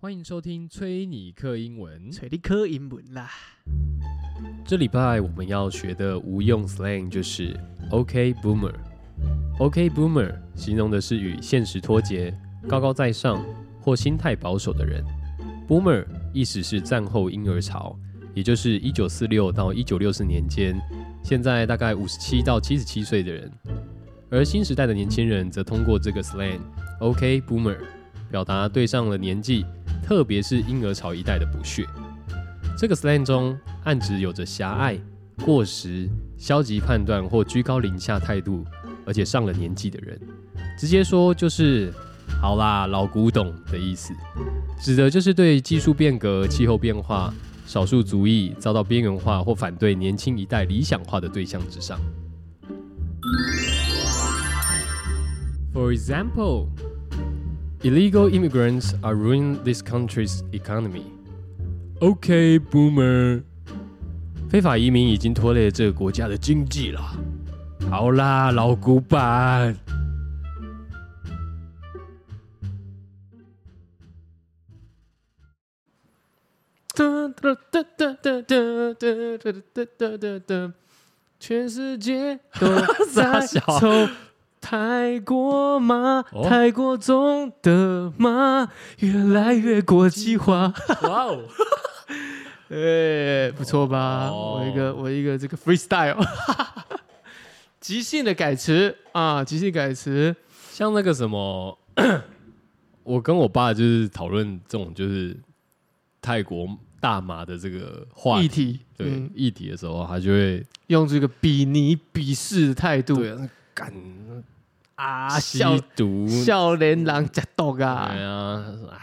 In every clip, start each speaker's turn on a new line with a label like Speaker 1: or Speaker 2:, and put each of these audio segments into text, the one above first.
Speaker 1: 欢迎收听崔尼克英文。
Speaker 2: 找你考英文啦。
Speaker 1: 这礼拜我们要学的无用 slang 就是 OK boomer。OK boomer 形容的是与现实脱节、高高在上或心态保守的人。Boomer 意思是战后婴儿潮，也就是一九四六到一九六四年间，现在大概五十七到七十七岁的人。而新时代的年轻人则通过这个 slang OK boomer 表达对上了年纪，特别是婴儿潮一代的不屑。这个 slang 中暗指有着狭隘、过时、消极判断或居高临下态度，而且上了年纪的人。直接说就是“好啦，老古董”的意思，指的就是对技术变革、气候变化、少数族裔遭到边缘化或反对年轻一代理想化的对象之上。For example, illegal immigrants are ruining this country's economy. OK, boomer。非法移民已经拖累了这个国家的经济了。好啦，老古板。
Speaker 2: 哒哒哒哒哒哒哒哒哒哒哒哒，全世界都
Speaker 1: 傻
Speaker 2: 在
Speaker 1: 小
Speaker 2: 抽泰国麻
Speaker 1: 哦，
Speaker 2: 泰国种的麻越来越国际化。
Speaker 1: 哇哦！
Speaker 2: 哎，不错吧？
Speaker 1: 哦
Speaker 2: 我一个我一个这个 freestyle，即兴的改词啊，即兴改词。
Speaker 1: 像那个什么， 我跟我爸就是讨论这种就是泰国大麻的这个话
Speaker 2: 议
Speaker 1: 题，
Speaker 2: 题，
Speaker 1: 对、
Speaker 2: 嗯
Speaker 1: 议题的时候，他就会
Speaker 2: 用这个比你鄙视的态度
Speaker 1: 对啊干
Speaker 2: 啊，
Speaker 1: 吸
Speaker 2: 笑
Speaker 1: 毒，
Speaker 2: 笑脸狼假毒
Speaker 1: 对
Speaker 2: 啊，
Speaker 1: 啊，他说 啊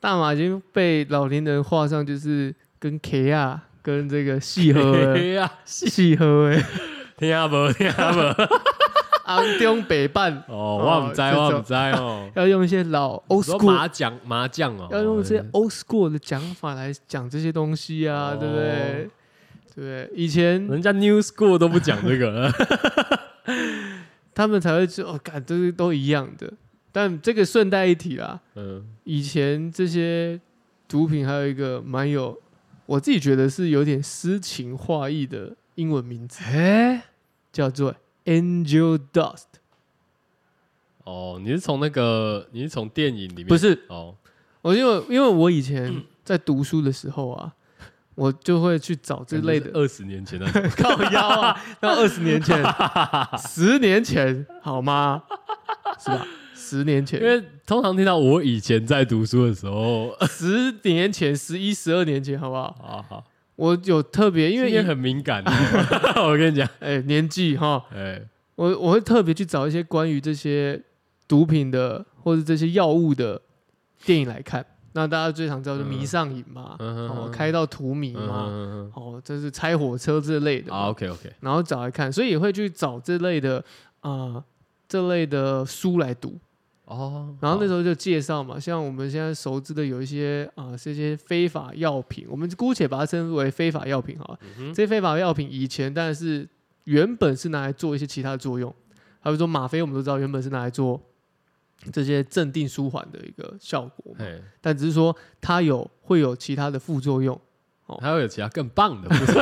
Speaker 2: 大马已经被老年人画上就是跟 K 啊，跟这个戏喝 了
Speaker 1: 啊，
Speaker 2: 戏喝哎，
Speaker 1: 听下无听下无。
Speaker 2: 昂中北半
Speaker 1: 哦，我唔知，
Speaker 2: 哦。
Speaker 1: 我唔知哦
Speaker 2: 要用一些老 old
Speaker 1: 说
Speaker 2: school，
Speaker 1: 麻将麻将哦，
Speaker 2: 要用这些 old school 的讲法来讲这些东西啊，
Speaker 1: 哦
Speaker 2: 对不对？对不对，以前
Speaker 1: 人家 New School 都不讲这个，
Speaker 2: 他们才会说哦，感都是都一样的，但这个顺带一提啦，
Speaker 1: 嗯，
Speaker 2: 以前这些毒品还有一个蛮有，我自己觉得是有点诗情画意的英文名字，
Speaker 1: 哎，
Speaker 2: 叫做 Angel Dust，
Speaker 1: 哦，你是从那个，你是从电影里面嗯
Speaker 2: 不是
Speaker 1: 哦，
Speaker 2: 我因为因为我以前在读书的时候啊，我就会去找这类的
Speaker 1: 二十年前的
Speaker 2: 靠腰 啊，那二十年前、十年前好吗？是吧？十年前，
Speaker 1: 因为通常听到我以前在读书的时 候，
Speaker 2: 十年前、十一、十二年前，好不好？
Speaker 1: 好好，
Speaker 2: 我有特别，因
Speaker 1: 因
Speaker 2: 为
Speaker 1: 为啊也很敏感的， 我跟你讲，
Speaker 2: 哎、年纪哈，
Speaker 1: 哎，
Speaker 2: 我我会特别去找一些关于这些毒品的或者这些药物的电影来看。那大家最常知道就迷上瘾嘛，
Speaker 1: 嗯
Speaker 2: 哦，开到荼蘼嘛，
Speaker 1: 嗯啊
Speaker 2: 哦，这是拆火车之类的嘛，
Speaker 1: 好，OK OK，
Speaker 2: 然后找来看，所以也会去找这类的啊、呃这类的书来读。
Speaker 1: 哦，
Speaker 2: 然后那时
Speaker 1: 候
Speaker 2: 候就介绍嘛，像我们现在熟知的有一些啊、这些非法药品，我们姑且把它称之为非法药品好了。这些非法药品以前当然是原本是拿来做一些其他的作用，还有说吗啡，我们都知道原本是拿来做这些镇定舒缓的一个效果嘛，
Speaker 1: 哎，
Speaker 2: 但只是说它有会有其他的副作用。
Speaker 1: 还会有其他更棒的，不 是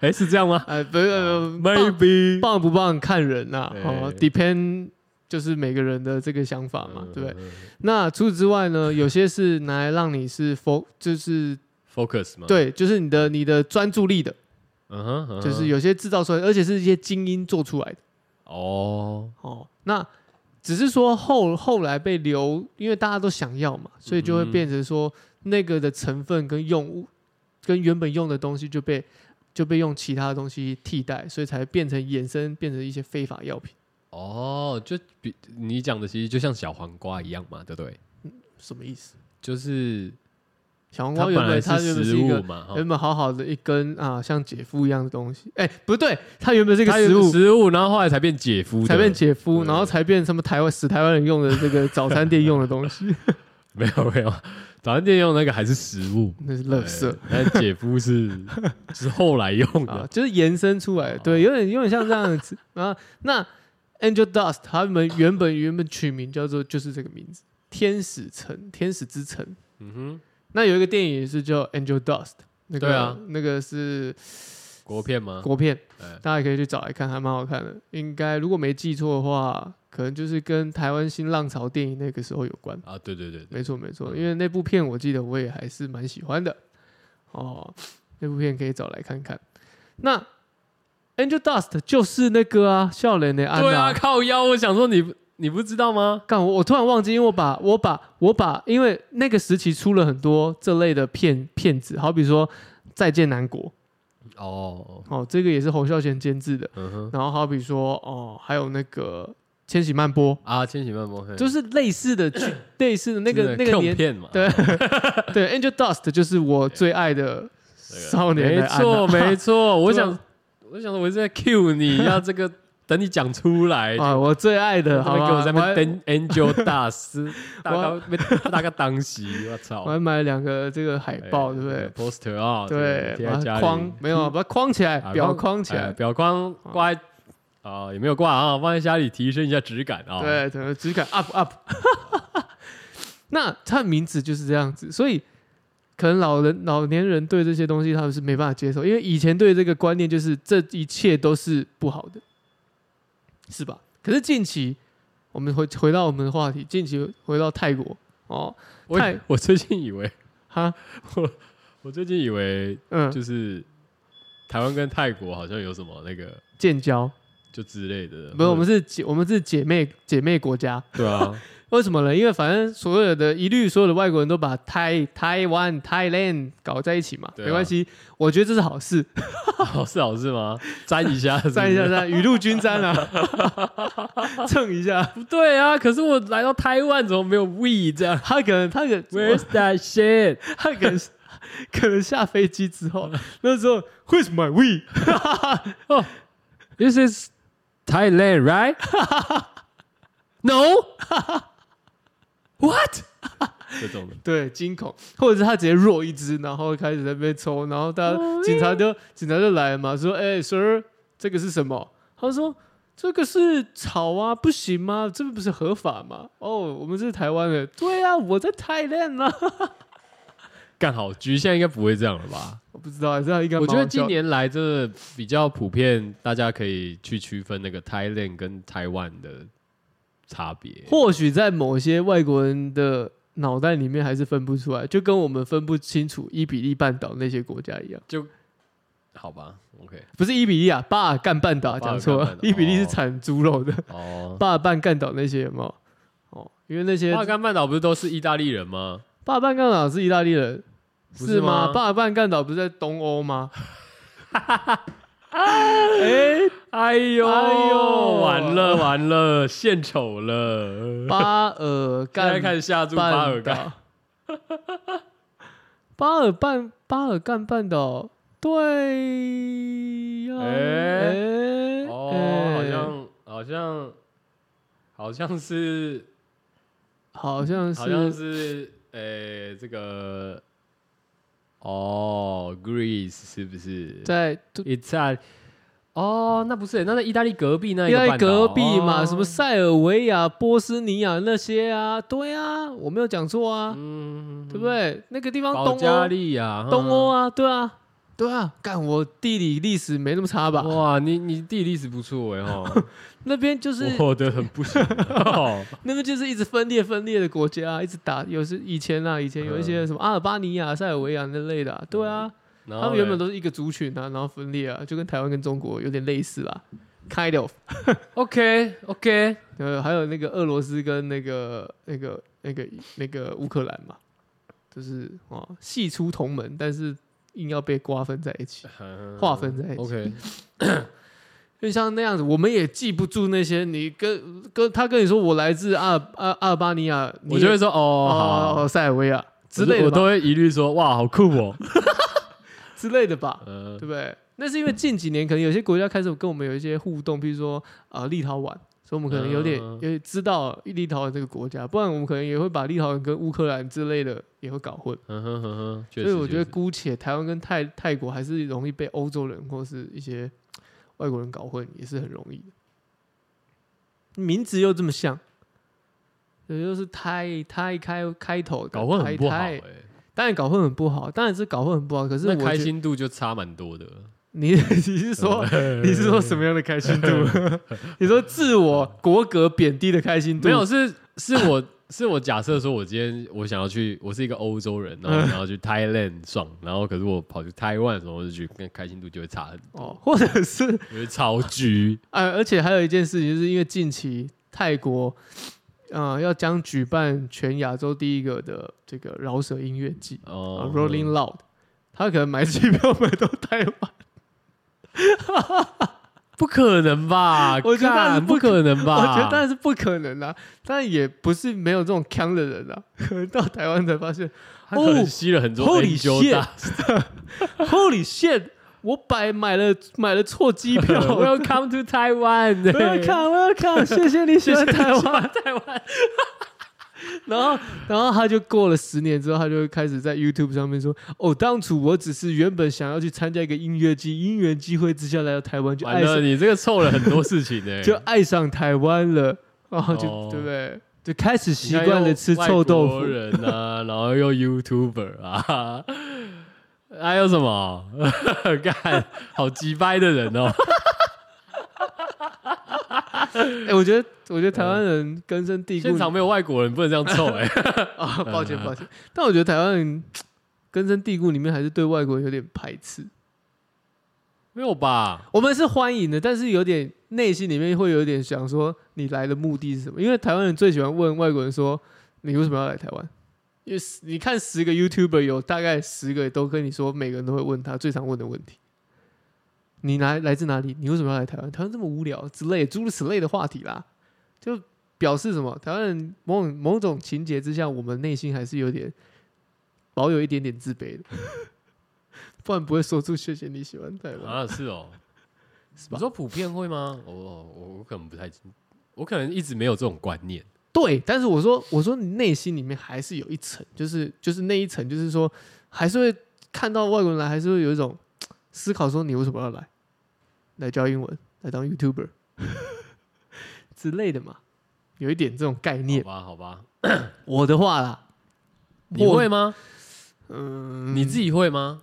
Speaker 1: 哎，是这样吗
Speaker 2: 哎、不是、呃棒
Speaker 1: ？Maybe
Speaker 2: 棒不棒看人呐、哦
Speaker 1: 对
Speaker 2: ，depend 就是每个人的这个想法
Speaker 1: 嗯
Speaker 2: 嘛，对不对？
Speaker 1: 对
Speaker 2: 那除此之外呢，有些是拿来让你是 fo 就是
Speaker 1: ？Focus 嘛，，
Speaker 2: 对，就是你的你的专注力的，
Speaker 1: 嗯哼，嗯嗯哼
Speaker 2: 就是有些制造出来，而且是一些精英做出来的
Speaker 1: 哦，
Speaker 2: 哦。那只是说后后来被流，因为大家都想要嘛，所以就会
Speaker 1: 嗯
Speaker 2: 变成说那个的成分跟用物跟原本用的东西就被就被用其他的东西替代，所以才变成衍生变成一些非法药品，
Speaker 1: 哦，就比你讲的其实就像小黄瓜一样嘛，对不对？
Speaker 2: 什么意思？
Speaker 1: 就是
Speaker 2: 小黄
Speaker 1: 它
Speaker 2: 瓜
Speaker 1: 本
Speaker 2: 原
Speaker 1: 来
Speaker 2: 本它原本
Speaker 1: 食
Speaker 2: 是一个嗯
Speaker 1: 物嘛，哈
Speaker 2: 原本好好的一根啊，像姐夫一样的东西，哎、不对，它原本是一个
Speaker 1: 它有
Speaker 2: 食物，
Speaker 1: 食物，然后后来才变姐夫的，
Speaker 2: 才变姐夫，
Speaker 1: 对
Speaker 2: 然后才变什么台湾死台湾人用的这个早餐店用的东 西，
Speaker 1: 没有没有，早餐店用那个还是食物，
Speaker 2: 那是垃圾
Speaker 1: 对，但姐夫 是是后来用
Speaker 2: 啊
Speaker 1: 的，，
Speaker 2: 就是延伸出来的，
Speaker 1: 哦
Speaker 2: 对，有点有点像这 样子啊。那 Angel Dust 他们原本原本取名叫做就是这个名字天使城、天使之城。
Speaker 1: 嗯哼，
Speaker 2: 那有一个电影是叫《Angel Dust》，那个、
Speaker 1: 对啊
Speaker 2: 那个是
Speaker 1: 国片吗？
Speaker 2: 国片，
Speaker 1: 哎
Speaker 2: 大家可以去找来看，还蛮好看的。应该如果没记错的话，可能就是跟台湾新浪潮电影那个时候有关。
Speaker 1: 啊，对对对嗯对，
Speaker 2: 没错没错，因为那部片我记得我也还是蛮喜欢的哦，那部片可以找来看看。那 Angel Dust 就是那个啊，笑脸的安
Speaker 1: 对
Speaker 2: 娜
Speaker 1: 啊，。靠腰，我想说你不你不知道吗？
Speaker 2: 干我，我突然忘记，因为我把我把我把，因为那个时期出了很多这类的骗骗子，好比说《再见南国》
Speaker 1: 哦，
Speaker 2: 哦，这个也是侯孝贤监制的，
Speaker 1: 嗯哼，
Speaker 2: 然后好比说哦，还有那个《千禧曼波
Speaker 1: 啊，千禧曼波，》，嘿
Speaker 2: 就是类似 的剧类似的那
Speaker 1: 是
Speaker 2: 个那个
Speaker 1: Q
Speaker 2: 年
Speaker 1: 片嘛，
Speaker 2: 对对，《Angel Dust》就是我最爱的
Speaker 1: 那个
Speaker 2: 少年
Speaker 1: 没
Speaker 2: 的安啊娜
Speaker 1: 错没错，我
Speaker 2: 对啊
Speaker 1: 想我想我是在 cue 你要这个，等你讲出 来。
Speaker 2: 啊，我最爱
Speaker 1: 就
Speaker 2: 的，好
Speaker 1: 在那边
Speaker 2: 吧
Speaker 1: 给我在那
Speaker 2: 还
Speaker 1: 边登 Angel 大 师，大
Speaker 2: 我
Speaker 1: 高被大个当席，我操！哎
Speaker 2: 我还买了两个这个海报，对不对？
Speaker 1: ？poster 啊，
Speaker 2: 对，
Speaker 1: 贴
Speaker 2: 把
Speaker 1: 在
Speaker 2: 它
Speaker 1: 家
Speaker 2: 框
Speaker 1: 里，
Speaker 2: 没有啊，把它框起来，
Speaker 1: 啊
Speaker 2: 表框起
Speaker 1: 哎
Speaker 2: 来，哦
Speaker 1: 表框挂在啊，也没有挂啊，放在家里提升一下质感啊。
Speaker 2: 对，整个质感 up up。那它的名字就是这样子，所以可能老人老年人对这些东西他们是没办法接受，因为以前对这个观念就是这一切都是不好的，是吧？可是近期我们回回到我们的话题，近期回到泰国哦，
Speaker 1: 我
Speaker 2: 太
Speaker 1: 我最近以为，
Speaker 2: 哈，
Speaker 1: 我最近以为
Speaker 2: 嗯，
Speaker 1: 就是台湾跟泰国好像有什么那个
Speaker 2: 建交
Speaker 1: 就之类的，
Speaker 2: 不是我们是姐我们是姐妹姐妹国家，
Speaker 1: 对啊，
Speaker 2: 为什么呢？因为反正所有的一律所有的外国人都把台台湾 Thailand 搞在一起嘛，
Speaker 1: 对啊
Speaker 2: 没关系，我觉得这是好 事，
Speaker 1: 好哦是好是吗？沾一下，
Speaker 2: 沾一下，沾雨露均沾啊， 蹭一下。
Speaker 1: 不对啊！可是我来到台湾，怎么没有 we 这样
Speaker 2: 他可能他可能
Speaker 1: ？Where's that shit？
Speaker 2: 他可能可能下飞机之后，那时候 Where's my we？
Speaker 1: 哦 This is Thailand, right? no. What? 这种的，
Speaker 2: 对，惊恐，或者是他直接弱一只，然后开始在那边抽，然后大家
Speaker 1: 哦
Speaker 2: 警察就警察就来了嘛，说：“哎、s i r 这个是什么？”他说：“这个是草啊，不行吗？这不是合法吗？”哦，我们是台湾人，对啊，我在 Thailand 啊，
Speaker 1: 干好局现在应该不会这样了吧？
Speaker 2: 我不知道，这样应该
Speaker 1: 我
Speaker 2: 蛮
Speaker 1: 觉
Speaker 2: 好
Speaker 1: 得今
Speaker 2: 笑
Speaker 1: 年来这比较普遍，大家可以去区分那个 Thailand 跟台湾的差别。
Speaker 2: 或许在某些外国人的脑袋里面还是分不出来，就跟我们分不清楚伊比利半岛那些国家一样。”
Speaker 1: 好吧，OK，
Speaker 2: 不是伊比利啊，巴尔干半岛
Speaker 1: 巴
Speaker 2: 讲
Speaker 1: 尔干
Speaker 2: 错
Speaker 1: 半
Speaker 2: 了
Speaker 1: 岛，
Speaker 2: 伊比利是
Speaker 1: 哦
Speaker 2: 产猪肉的，
Speaker 1: 哦，
Speaker 2: 巴尔干干岛那些有没有？哦，因为那些
Speaker 1: 巴尔干半岛不是都是意大利人吗？
Speaker 2: 巴尔干干岛是意大利人，
Speaker 1: 不
Speaker 2: 是
Speaker 1: 是吗
Speaker 2: 吗？巴尔干干岛不是在东欧吗？哎、
Speaker 1: 哎呦
Speaker 2: 哎呦
Speaker 1: 完 了完了，献丑了！
Speaker 2: 巴尔
Speaker 1: 现在
Speaker 2: 干
Speaker 1: 看下注巴尔
Speaker 2: 半
Speaker 1: 干，
Speaker 2: 岛，巴尔半巴尔干半岛，对呀、
Speaker 1: 哎
Speaker 2: 哎
Speaker 1: 哦，
Speaker 2: 哎
Speaker 1: 好像好像好像是
Speaker 2: 好像
Speaker 1: 好像
Speaker 2: 是
Speaker 1: 是呃、这个哦，Greece 是不是？
Speaker 2: 在
Speaker 1: 意大利哦，那不是，那在意大利隔壁那一
Speaker 2: 意
Speaker 1: 个
Speaker 2: 大利
Speaker 1: 半岛
Speaker 2: 隔壁嘛，
Speaker 1: 哦
Speaker 2: 什么塞尔维亚、波斯尼亚那些啊，对啊，我没有讲错啊，
Speaker 1: 嗯，
Speaker 2: 对不对？那个地方
Speaker 1: 保
Speaker 2: 东
Speaker 1: 加
Speaker 2: 欧，
Speaker 1: 利亚、
Speaker 2: 东欧
Speaker 1: 啊
Speaker 2: 啊，对啊，对啊，干我地理历史没那么差吧？
Speaker 1: 哇，你你地理历史不错哎 哈，
Speaker 2: 那边就是
Speaker 1: 我的很不 行、哦，
Speaker 2: 那边就是一直分裂分裂的国家、啊，一直打，有时以前啊，以前有一些什么阿尔巴尼亚、塞尔维亚那类的啊、对啊，
Speaker 1: 然后
Speaker 2: 他们原本
Speaker 1: 都
Speaker 2: 都是一个族群啊，然后分裂啊，就跟台湾跟中国有点类似啦，kind of。
Speaker 1: OK OK，
Speaker 2: 呃，还有那个俄罗斯跟那个那个那个那个乌克兰嘛，就是哦，系出同门，但是硬要被瓜分在一起，划分在一起。
Speaker 1: 嗯 OK，
Speaker 2: 就像那样子，我们也记不住那些你跟跟他跟你说我来自阿尔阿阿尔巴尼亚，你
Speaker 1: 我就
Speaker 2: 也
Speaker 1: 会说哦，好
Speaker 2: 哦哦塞尔维亚之
Speaker 1: 我就
Speaker 2: 类的
Speaker 1: 我
Speaker 2: 吧
Speaker 1: 都会一律说哇，好酷 哦。
Speaker 2: 之类的吧，
Speaker 1: 嗯
Speaker 2: 对不对？那是因为近几年可能有些国家开始跟我们有一些互动，比如说啊、呃立陶宛，所以我们可能有点、
Speaker 1: 嗯
Speaker 2: 有点知道立陶宛这个国家，不然我们可能也会把立陶宛跟乌克兰之类的也会搞混。
Speaker 1: 嗯哼哼哼，确
Speaker 2: 所
Speaker 1: 实
Speaker 2: 以我觉
Speaker 1: 确
Speaker 2: 得
Speaker 1: 实
Speaker 2: 姑且台湾跟泰泰国还是容易被欧洲人或是一些外国人搞混，也是很容易的。名字又这么像，也就是胎胎开开头的
Speaker 1: 搞混很不好哎、
Speaker 2: 胎胎当然搞混很不好，当然是搞混很不好。可是我
Speaker 1: 那开
Speaker 2: 觉得
Speaker 1: 心度就差蛮多的。
Speaker 2: 你 你是 说你是说什么样的开心度？ 你说自我国格贬低的开心 度？
Speaker 1: 没有，是是我是我假设说，我今天我想要去，我是一个欧洲人，然后
Speaker 2: 嗯
Speaker 1: 我想要去 Thailand 爽，然后可是我跑去台湾的时候，我就觉得跟开心度就会差很多，
Speaker 2: 哦，或者是
Speaker 1: 因为超 居
Speaker 2: 呃，而且还有一件事情，就是因为近期泰国，呃，要将举办全亚洲第一个的这个饶舌音乐季、啊
Speaker 1: 哦
Speaker 2: Rolling Loud，他可能买机票买到台湾，
Speaker 1: 不可能吧？
Speaker 2: 我觉得当然是
Speaker 1: 干
Speaker 2: 不
Speaker 1: 不可能吧？
Speaker 2: 我觉得当然是不可能啦、但也不是没有这种坑的人啦、可能到台湾才发现
Speaker 1: 他可能吸了很多
Speaker 2: 哦 Holy
Speaker 1: angel
Speaker 2: shit！
Speaker 1: dust
Speaker 2: ，Holy shit，我白买了买了错机 票，我要
Speaker 1: Welcome to Taiwan， 欸
Speaker 2: 我要看我要看，谢谢你喜欢 台湾。
Speaker 1: 台湾。
Speaker 2: 然后，然后他就过了十年之后，他就开始在 YouTube 上面说：“哦，当初我只是原本想要去参加一个音乐季，因缘机会之下来到台湾，就
Speaker 1: 完
Speaker 2: 爱
Speaker 1: 了，
Speaker 2: 上
Speaker 1: 你这个凑了很多事情欸呢、
Speaker 2: 就爱上台湾了。”然后就、
Speaker 1: 哦
Speaker 2: 对不对？就开始
Speaker 1: 你
Speaker 2: 习
Speaker 1: 看
Speaker 2: 惯了吃臭
Speaker 1: 又
Speaker 2: 豆
Speaker 1: 外
Speaker 2: 腐
Speaker 1: 国。人啊，然后又 YouTuber 啊，还有什么？ 干，好鸡掰的人 哦！
Speaker 2: 哎、我觉得，我觉得台湾人根深蒂固
Speaker 1: 现场 没有外国人，不能这样凑哎、
Speaker 2: 啊、抱歉抱歉。 但我觉得台湾人根深蒂固里面还是对外国人有点排斥。
Speaker 1: 没有 吧？
Speaker 2: 我们是欢迎的，但是有点内心里面会有点想说，你来的目的是什么？因为台湾人最喜欢问外国人说，你为什么要来台湾？因为十你看十个 YouTuber 有大概十个都跟你说，每个人都会问他最常问的问题：你来来自哪里？你为什么要来台湾？台湾这么无聊之类，诸如此类的话题啦，就表示什么？台湾人某种某种情节之下，我们内心还是有点保有一点点自卑的， 不然不会说出“谢谢你喜欢台湾”
Speaker 1: 啊，是哦。
Speaker 2: 是吧
Speaker 1: 你？说普遍会吗？我我我可能不太，我可能一直没有这种观念。
Speaker 2: 对，但是我说，我说你内心里面还是有一层，就是就是那一层，就是说还是会看到外国人来，还是会有一种思考说你为什么要来，来教英文，来当 YouTuber 之类的嘛，有一点这种概
Speaker 1: 好
Speaker 2: 念。
Speaker 1: 吧，好吧，
Speaker 2: 我的话啦，
Speaker 1: 你
Speaker 2: 我
Speaker 1: 会吗？
Speaker 2: 嗯，
Speaker 1: 你自己会吗？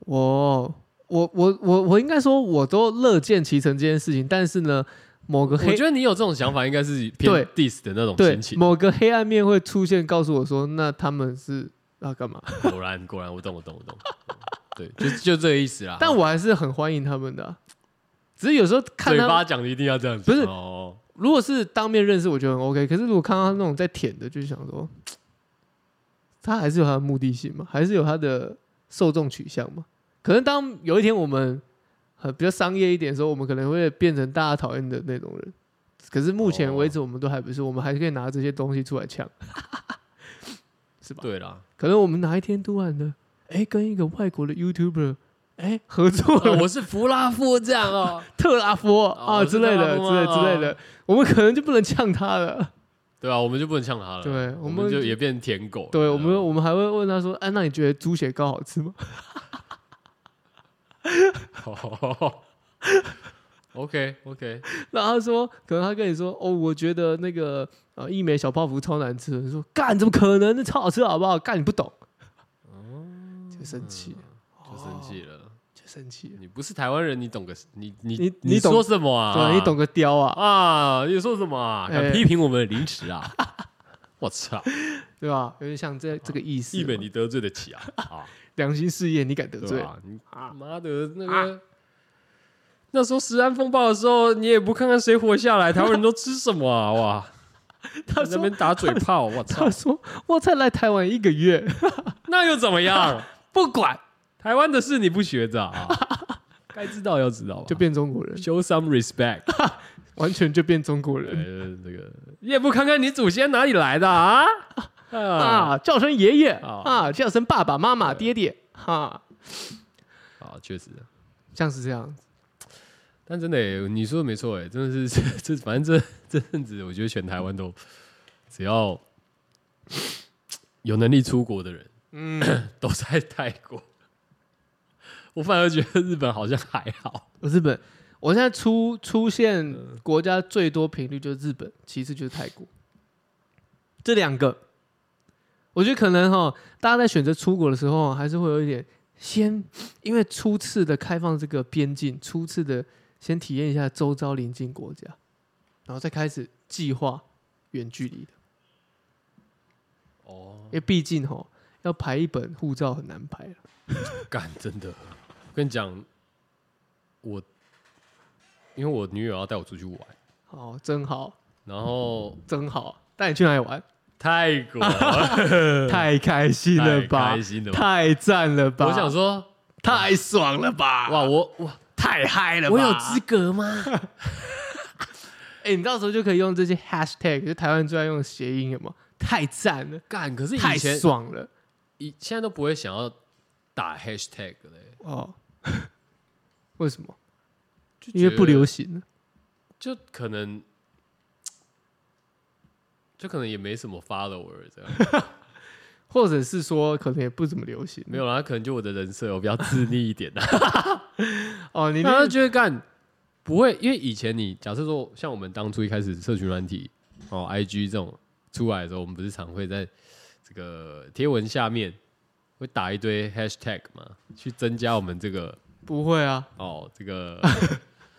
Speaker 2: 我我我我我应该说我都乐见其成这件事情，但是呢，某个
Speaker 1: 我
Speaker 2: 黑
Speaker 1: 觉得你有这种想法，应该是
Speaker 2: 对
Speaker 1: 偏 diss 的那种
Speaker 2: 对
Speaker 1: 心情。
Speaker 2: 某个黑暗面会出现，告诉我说，那他们是要干嘛？
Speaker 1: 果然，果然，我懂，我懂，我懂。对，就就这个意思啦。
Speaker 2: 但我还是很欢迎他们的啊、只是有时候看
Speaker 1: 嘴
Speaker 2: 他
Speaker 1: 巴
Speaker 2: 们，
Speaker 1: 讲的一定要这样子，
Speaker 2: 不是
Speaker 1: 哦，
Speaker 2: 如果是当面认识，我觉得很 OK。可是如果看到他那种在舔的，就是想说，他还是有他的目的性嘛，还是有他的受众取向嘛。可能当有一天我们呃比较商业一点的时候，我们可能会变成大家讨厌的那种人。可是目前为止，我们都还不是，我们还可以拿这些东西出来呛，是吧？
Speaker 1: 对啦，
Speaker 2: 可能我们哪一天突然的，哎、跟一个外国的 YouTuber，哎、合作了
Speaker 1: 哦，我是弗拉夫这样 哦，
Speaker 2: 特拉夫
Speaker 1: 哦
Speaker 2: 啊
Speaker 1: 是
Speaker 2: 之类
Speaker 1: 特拉
Speaker 2: 的、
Speaker 1: 夫
Speaker 2: 之类
Speaker 1: 吗
Speaker 2: 之类的，我们可能就不能呛他了。
Speaker 1: 对啊，我们就不能呛他了，
Speaker 2: 对我
Speaker 1: 我
Speaker 2: 们
Speaker 1: 们就也变舔狗了，
Speaker 2: 对
Speaker 1: 啊
Speaker 2: 我们，我们还会问他说：“哎、那你觉得猪血糕好吃吗
Speaker 1: 啊 OK OK，？”
Speaker 2: 然后他说：“可能他跟你说，哦，我觉得那个呃一枚小泡芙超难吃。”你说：“干，怎么可能？那超好吃好不好？干，你不懂。”
Speaker 1: 哦
Speaker 2: 就生气，
Speaker 1: 就生气了。
Speaker 2: 就生气，
Speaker 1: 你不是台湾人，你懂个你你
Speaker 2: 你
Speaker 1: 你
Speaker 2: 你懂
Speaker 1: 说什么
Speaker 2: 对
Speaker 1: 啊？
Speaker 2: 吧？你懂个雕啊，
Speaker 1: 啊？你说什么啊？
Speaker 2: 哎啊
Speaker 1: 敢批评我们的凌迟 啊？我操，
Speaker 2: 对吧？有点像这这个意
Speaker 1: 啊
Speaker 2: 思
Speaker 1: 一
Speaker 2: 嘛。
Speaker 1: 本你得罪得起啊？啊，
Speaker 2: 良心事业，你敢得
Speaker 1: 对
Speaker 2: 罪？
Speaker 1: 吧？你妈的那个。那时候食安风暴的时候，你也不看看谁活下来，台湾人都吃什么 啊？哇，
Speaker 2: 他
Speaker 1: 在那
Speaker 2: 说
Speaker 1: 边打嘴炮，我：“操
Speaker 2: 他！说我才来台湾一个月，
Speaker 1: 那又怎么样？
Speaker 2: 不管
Speaker 1: 台湾的事你不学着啊？该知道要知道吧，啊
Speaker 2: 就变中国人，
Speaker 1: show some respect。
Speaker 2: 完全就变中国人。”
Speaker 1: 呃，这个你也不看看你祖先哪里来的 啊？啊
Speaker 2: 啊，叫声爷爷
Speaker 1: 啊
Speaker 2: 啊，叫声爸爸妈妈、爹爹，哈，
Speaker 1: 啊，确实，
Speaker 2: 像是这样子。
Speaker 1: 但真的欸、你说的没错，哎，真的是 这这，反正这这阵子，我觉得全台湾都只要有能力出国的人，
Speaker 2: 嗯，
Speaker 1: 都在泰国。我反而觉得日本好像还好，
Speaker 2: 日本，嗯我现在出出现国家最多频率就是日本，其次就是泰国。这两个，我觉得可能哈、大家在选择出国的时候，还是会有一点先，因为初次的开放这个边境，初次的先体验一下周遭邻近国家，然后再开始计划远距离的，
Speaker 1: 哦，
Speaker 2: 因为毕竟哈、要排一本护照很难排了。
Speaker 1: 干，真的，我跟你讲，我因为我女友要带我出去玩，
Speaker 2: 好，哦真好，
Speaker 1: 然后
Speaker 2: 真好，带你去哪里玩？
Speaker 1: 泰国太
Speaker 2: 太开心了吧
Speaker 1: 嗯开！心了吧，
Speaker 2: 太赞了吧！
Speaker 1: 我想说，
Speaker 2: 太爽了吧！
Speaker 1: 哇，，我哇，
Speaker 2: 太嗨了吧！
Speaker 1: 我有资格吗？
Speaker 2: 哎、你到时候就可以用这些 hashtag，就台湾最爱用的谐音，有吗？太赞了，
Speaker 1: 干，可是
Speaker 2: 太
Speaker 1: 以前
Speaker 2: 爽了
Speaker 1: 以现在都不会想要打 hashtag 嘞，
Speaker 2: 哦！为什么？
Speaker 1: 就
Speaker 2: 因为
Speaker 1: 觉
Speaker 2: 不
Speaker 1: 得
Speaker 2: 流行啊了。
Speaker 1: 就可能， 就可能也没什么 follower 这样，
Speaker 2: 或者是说，可能也不怎么流行。啊
Speaker 1: 没有啦，可能就我的人设，我比较自立一点的，
Speaker 2: 哦， 你
Speaker 1: 大家
Speaker 2: 那
Speaker 1: 就会干不会，因为以前你假设说，像我们当初一开始社群软体哦，IG 这种出来的时候，我们不是常会在这个贴文下面会打一堆 hashtag 嘛，去增加我们这个
Speaker 2: 不会啊，
Speaker 1: 哦这个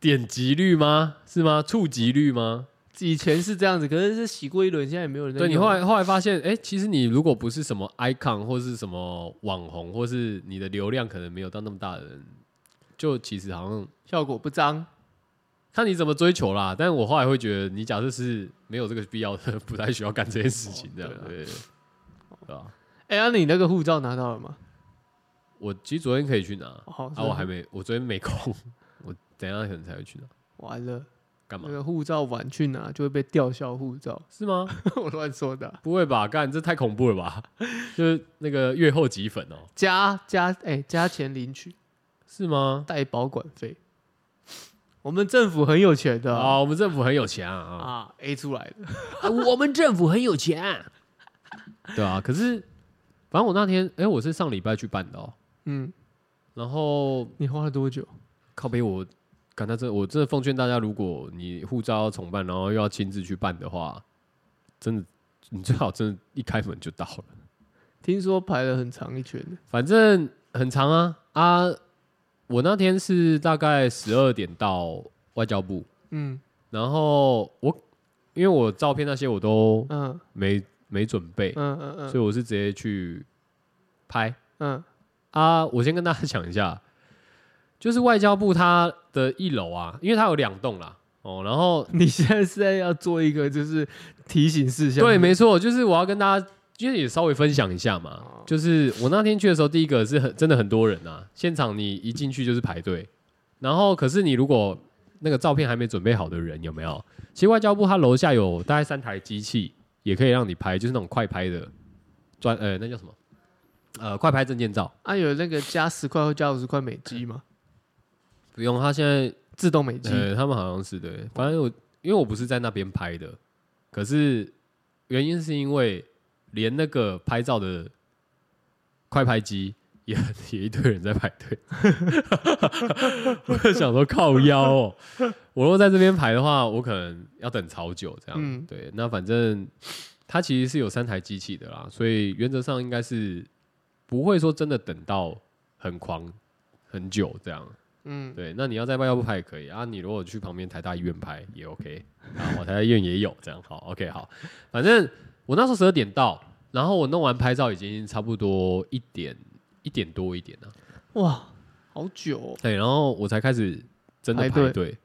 Speaker 1: 点击率吗？是吗？触及率吗？
Speaker 2: 以前是这样子，可是是洗过一轮，现在也没有人在
Speaker 1: 对
Speaker 2: 用。
Speaker 1: 你后来后来发现，哎、其实你如果不是什么 icon 或是什么网红，或是你的流量可能没有到那么大的人，就其实好像
Speaker 2: 效果不彰，
Speaker 1: 看你怎么追求啦。但我后来会觉得，你假设是没有这个必要的，不太需要干这件事情，这样、
Speaker 2: 哦
Speaker 1: 对对对吧、
Speaker 2: 哎、那、你那个护照拿到了吗？
Speaker 1: 我其实昨天可以去拿，
Speaker 2: 哦好
Speaker 1: 啊，我还没，我昨天没空， 我等一下可能才会去拿，
Speaker 2: 完了，
Speaker 1: 干嘛
Speaker 2: 那？个护照晚去拿就会被吊销护照。
Speaker 1: 是吗？
Speaker 2: 我乱说的啊、
Speaker 1: 不会吧？干，这太恐怖了吧？ 就是那个月后积粉哦，
Speaker 2: 加加哎、加钱领取，
Speaker 1: 是吗？
Speaker 2: 带保管费。我们政府很有钱的啊
Speaker 1: 啊，我们政府很有钱啊啊！
Speaker 2: 啊，A 出来的。
Speaker 1: 我们政府很有钱。对啊，可是反正我那天，哎、我是上礼拜去办的哦。
Speaker 2: 嗯，
Speaker 1: 然后
Speaker 2: 你花了多久？
Speaker 1: 靠背我，看他真的，我真的奉劝大家，如果你护照要重办，然后又要亲自去办的话，真的，你最好真的一开门就到了。
Speaker 2: 听说排了很长一圈的，
Speaker 1: 反正很长啊啊！我那天是大概十二点到外交部，
Speaker 2: 嗯
Speaker 1: 然后我因为我照片那些我都
Speaker 2: 嗯
Speaker 1: 没没准备，
Speaker 2: 嗯嗯
Speaker 1: 所以我是直接去拍。
Speaker 2: 嗯
Speaker 1: 啊，我先跟大家讲一下，就是外交部它的一楼啊，因为它有两栋啦，哦，然后
Speaker 2: 嗯，你现在是在要做一个就是提醒事项？
Speaker 1: 对，没错，就是我要跟大家，因为也稍微分享一下嘛，
Speaker 2: 哦
Speaker 1: 就是我那天去的时候，第一个是很真的很多人啊，现场你一进去就是排队，然后可是你如果那个照片还没准备好的人有没有？其实外交部它楼下有大概三台机器，也可以让你拍，就是那种快拍的专呃那叫什么呃快拍证件照，
Speaker 2: 啊，有那个加十块或加五十块美金吗？
Speaker 1: 不用，它现在
Speaker 2: 自动美金。
Speaker 1: 呃，他们好像是对，反正我因为我不是在那边拍的，可是原因是因为连那个拍照的快拍机也 也一堆人在排队， 我就想说靠腰哦，我如果在这边排的话，我可能要等超久这样。
Speaker 2: 嗯
Speaker 1: 对，那反正它其实是有三台机器的啦，所以原则上应该是不会说真的等到很狂很久这样。
Speaker 2: 嗯，
Speaker 1: 对，那你要在外交部拍也可以啊。你如果去旁边台大医院拍也 OK 啊，我台大医院也有这样。好，OK，好，反正我那时候十二点到，然后我弄完拍照已经差不多一点一点多一点了、
Speaker 2: 哇，好久、哦。
Speaker 1: 对，然后我才开始真的
Speaker 2: 排
Speaker 1: 排
Speaker 2: 队
Speaker 1: 队。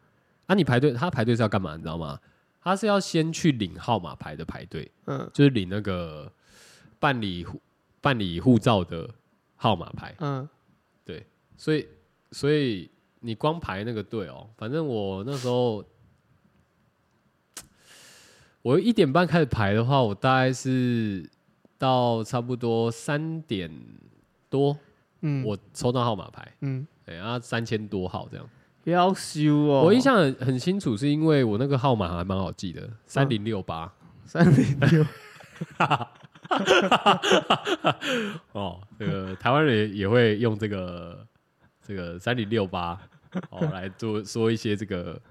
Speaker 1: 啊，你排队，他排队是要干嘛？你知道吗？他是要先去领号码牌的排队，
Speaker 2: 嗯
Speaker 1: 就是领那个办理护办理护照的号码牌。
Speaker 2: 嗯，
Speaker 1: 所以所以你光排那个队哦，反正我那时候我一点半开始排的话，我大概是到差不多三点多，
Speaker 2: 嗯
Speaker 1: 我抽到号码牌，
Speaker 2: 嗯，
Speaker 1: 哎、啊三千多号这样。
Speaker 2: 要修哦。
Speaker 1: 我印象很很清楚，是因为我那个号码还蛮好记的，三零六八
Speaker 2: 三零六，
Speaker 1: 哦，这个台湾人也也会用这个这个三零六八哦来做说一些这个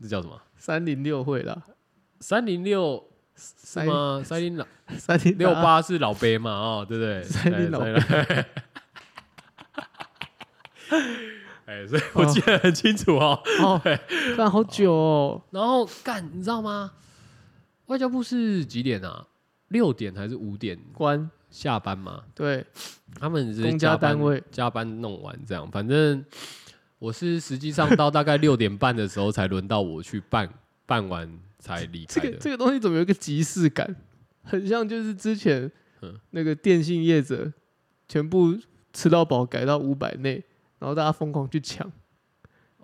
Speaker 1: 这叫什么？
Speaker 2: 三零六会啦。
Speaker 1: 三零六是吗？塞林老
Speaker 2: 三零
Speaker 1: 六 八是老杯嘛？哦，对不对？
Speaker 2: 塞林老
Speaker 1: 杯。 哎，所以我记得很清楚哦。
Speaker 2: 哦
Speaker 1: 对，
Speaker 2: 干好久哦，
Speaker 1: 然后干，你知道吗？外交部是几点啊？六点还是五点
Speaker 2: 哦关
Speaker 1: 下班吗？
Speaker 2: 对
Speaker 1: 他们是
Speaker 2: 公家
Speaker 1: 加班
Speaker 2: 单位
Speaker 1: 加班弄完这样，反正我是实际上到大概六点半的时候才轮到我去办，办完才离
Speaker 2: 这
Speaker 1: 开
Speaker 2: 个
Speaker 1: 的。
Speaker 2: 这个东西怎么有一个即视感， 很像就是之前
Speaker 1: 嗯
Speaker 2: 那个电信业者全部吃到饱改到五百内，然后大家疯狂去抢，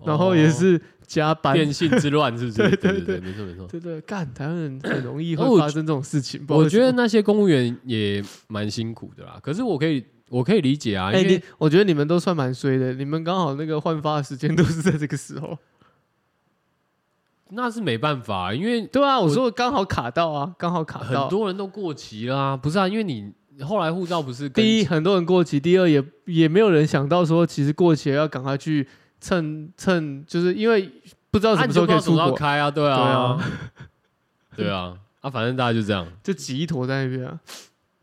Speaker 2: 然后也是加
Speaker 1: 哦
Speaker 2: 班，
Speaker 1: 电信之乱，是不是？
Speaker 2: 对对
Speaker 1: 对
Speaker 2: 对
Speaker 1: 没错没错。
Speaker 2: 对对，干台湾人很容易
Speaker 1: 哦我觉
Speaker 2: 会发生这种事情。不知道
Speaker 1: 我
Speaker 2: 为什
Speaker 1: 觉
Speaker 2: 么
Speaker 1: 得那些公务员也蛮辛苦的啦，可是我可以我可以理解啊，
Speaker 2: 哎、
Speaker 1: 因为
Speaker 2: 你我觉得你们都算蛮衰的，你们刚好那个换发的时间都是在这个时候。
Speaker 1: 那是没办法，因为
Speaker 2: 对啊，我
Speaker 1: 我
Speaker 2: 说刚好卡到啊，刚好卡
Speaker 1: 很
Speaker 2: 到。
Speaker 1: 多人都过期啦、不是啊？因为你后来护照不是更
Speaker 2: 第一，很多人过期；第二，也也没有人想到说，其实过期了要赶快去趁趁，就是因为不知道
Speaker 1: 啊
Speaker 2: 什
Speaker 1: 你就
Speaker 2: 么时候
Speaker 1: 不知
Speaker 2: 可以
Speaker 1: 道什
Speaker 2: 出
Speaker 1: 么时候
Speaker 2: 国，
Speaker 1: 开啊？对
Speaker 2: 对
Speaker 1: 啊
Speaker 2: 啊，
Speaker 1: 对啊，啊，反正大家就这样。
Speaker 2: 就挤一坨在那边啊。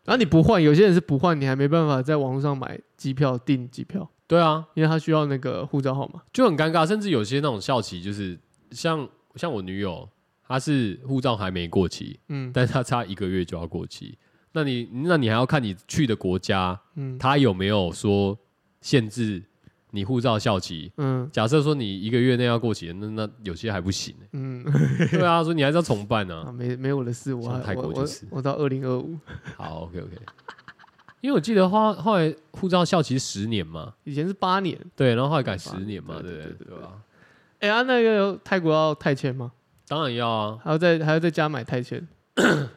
Speaker 2: 然后你不换，有些人是不换，你还没办法在网络上买机票订机票，
Speaker 1: 对啊，
Speaker 2: 因为他需要那个护照号码。
Speaker 1: 就很尴尬，甚至有些那种校旗，就是像像我女友，她是护照还没过期，
Speaker 2: 嗯
Speaker 1: 但是她差一个月就要过期。那你那你还要看你去的国家，
Speaker 2: 嗯
Speaker 1: 它有没有说限制你护照效期。
Speaker 2: 嗯
Speaker 1: 假设说你一个月内要过期，那那有些还不行、
Speaker 2: 嗯，
Speaker 1: 对啊，说你还是要重办
Speaker 2: 啊，
Speaker 1: 啊。
Speaker 2: 没没我的事，我
Speaker 1: 像
Speaker 2: 还
Speaker 1: 泰
Speaker 2: 我
Speaker 1: 国就
Speaker 2: 我
Speaker 1: 是
Speaker 2: 我到二零二五
Speaker 1: 好，OK OK。因为我记得后后来护照效期是十年嘛，
Speaker 2: 以前是八年。
Speaker 1: 对，然后后来改
Speaker 2: 八
Speaker 1: 十年嘛，
Speaker 2: 对
Speaker 1: 对
Speaker 2: 对
Speaker 1: 不
Speaker 2: 对
Speaker 1: 对？对吧？
Speaker 2: 哎、呀、那个泰国要泰签吗？
Speaker 1: 当然要啊，
Speaker 2: 还要再还要在家买泰签，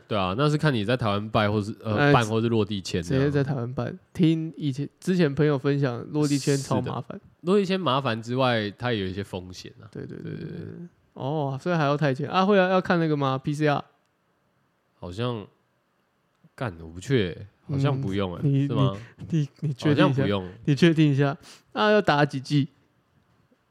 Speaker 1: 对啊，那是看你在台湾办或是呃
Speaker 2: 哎
Speaker 1: 办或是落地签
Speaker 2: 直
Speaker 1: 这样，
Speaker 2: 接在台湾办。听以前之前朋友分享，落地签
Speaker 1: 是
Speaker 2: 超
Speaker 1: 的
Speaker 2: 麻烦。
Speaker 1: 多一些麻烦之外，它也有一些风险啊。
Speaker 2: 对对
Speaker 1: 对
Speaker 2: 对
Speaker 1: 对
Speaker 2: 对
Speaker 1: 对，
Speaker 2: 对。哦，所以还要泰签啊？会要要看那个吗？PCR？
Speaker 1: 好像干我不确，好像不用哎、
Speaker 2: 嗯你
Speaker 1: 是吗？
Speaker 2: 你你
Speaker 1: 好
Speaker 2: 确定
Speaker 1: 像
Speaker 2: 一
Speaker 1: 不
Speaker 2: 下？
Speaker 1: 用
Speaker 2: 你确定一下？那要打几剂？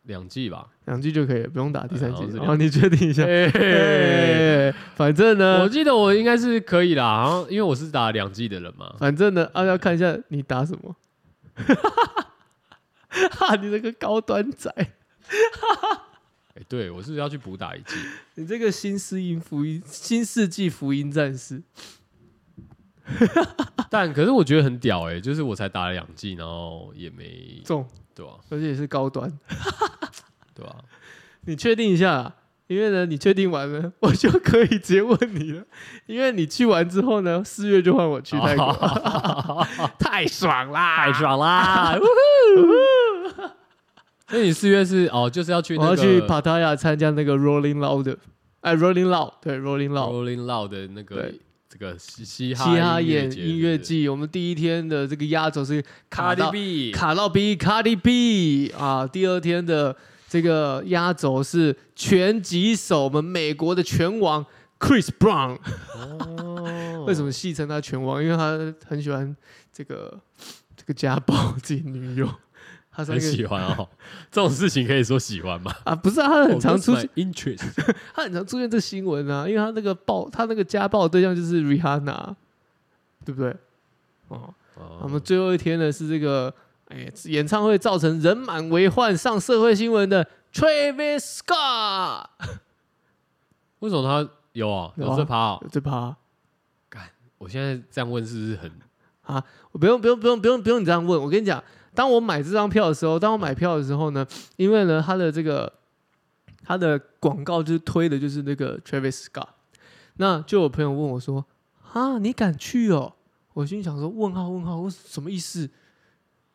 Speaker 1: 两剂吧。
Speaker 2: 两剂就可以了，不用打第三
Speaker 1: 哎好像
Speaker 2: 剂
Speaker 1: 是。两
Speaker 2: 哦，你确定一下？
Speaker 1: 嘿嘿
Speaker 2: 哎反正
Speaker 1: 我
Speaker 2: 呢，
Speaker 1: 记得我应该是可以啦，好像因为我是打两剂的人 嘛。
Speaker 2: 反正呢，啊，要看一下你打什么。 哈，你这个高端仔，
Speaker 1: 哎、对我是不是要去补打一剂？
Speaker 2: 你这个新世音福音新世纪福音战士，
Speaker 1: 但可是我觉得很屌哎、就是我才打了两剂，然后也没
Speaker 2: 中，
Speaker 1: 对吧、啊？
Speaker 2: 而且也是高端。
Speaker 1: 对吧、啊？
Speaker 2: 你确定一下啦，因为呢，你确定完了， 我就可以直接问你了。因为你去完之后呢，四月就换我去泰国， 太爽啦！
Speaker 1: 太爽 啦！ 所以你四月是哦，就是要去
Speaker 2: 我
Speaker 1: 那
Speaker 2: 要
Speaker 1: 个
Speaker 2: 去帕塔亚参加那个 Rolling Loud 的，哎，Rolling Loud，对，Rolling Loud。
Speaker 1: Rolling Loud 的那个
Speaker 2: 对
Speaker 1: 这个嘻嘻
Speaker 2: 哦嘻哈
Speaker 1: 音乐
Speaker 2: 演
Speaker 1: 节
Speaker 2: 音乐季，我们第一天的这个压轴是卡
Speaker 1: ，Cardi
Speaker 2: 到
Speaker 1: B，
Speaker 2: 卡到 B 卡迪 B 啊，第二天的这个压轴是拳击手，我们美国的拳王 Chris Brown。
Speaker 1: 哦
Speaker 2: 为什么戏称他拳王？因为他很喜欢这个这个家暴自己女友，他是那
Speaker 1: 很喜
Speaker 2: 个
Speaker 1: 欢哦？这种事情可以说喜欢吗？
Speaker 2: 啊，不是、啊、他很常出
Speaker 1: What's
Speaker 2: 现
Speaker 1: my，interest，
Speaker 2: 他很常出现这个新闻啊，因为他那个暴，他那个家暴对象就是 Rihanna，对不对？哦，我们
Speaker 1: 哦
Speaker 2: 最后一天呢是这个，哎，演唱会造成人满为患上社会新闻的 Travis Scott，
Speaker 1: 为什么他有啊？
Speaker 2: 有啊
Speaker 1: 有这趴哦？
Speaker 2: 对吧？
Speaker 1: 我现在这样问是不是很
Speaker 2: 我不用不用不用不用不用你这样问，我跟你讲，当我买这张票的时候，当我买票的时候呢，因为呢，它的这个它的广告就是推的就是那个 Travis Scott，那就有朋友问我说：“啊，你敢去哦？”我心想说：“问号问号，我什么意思？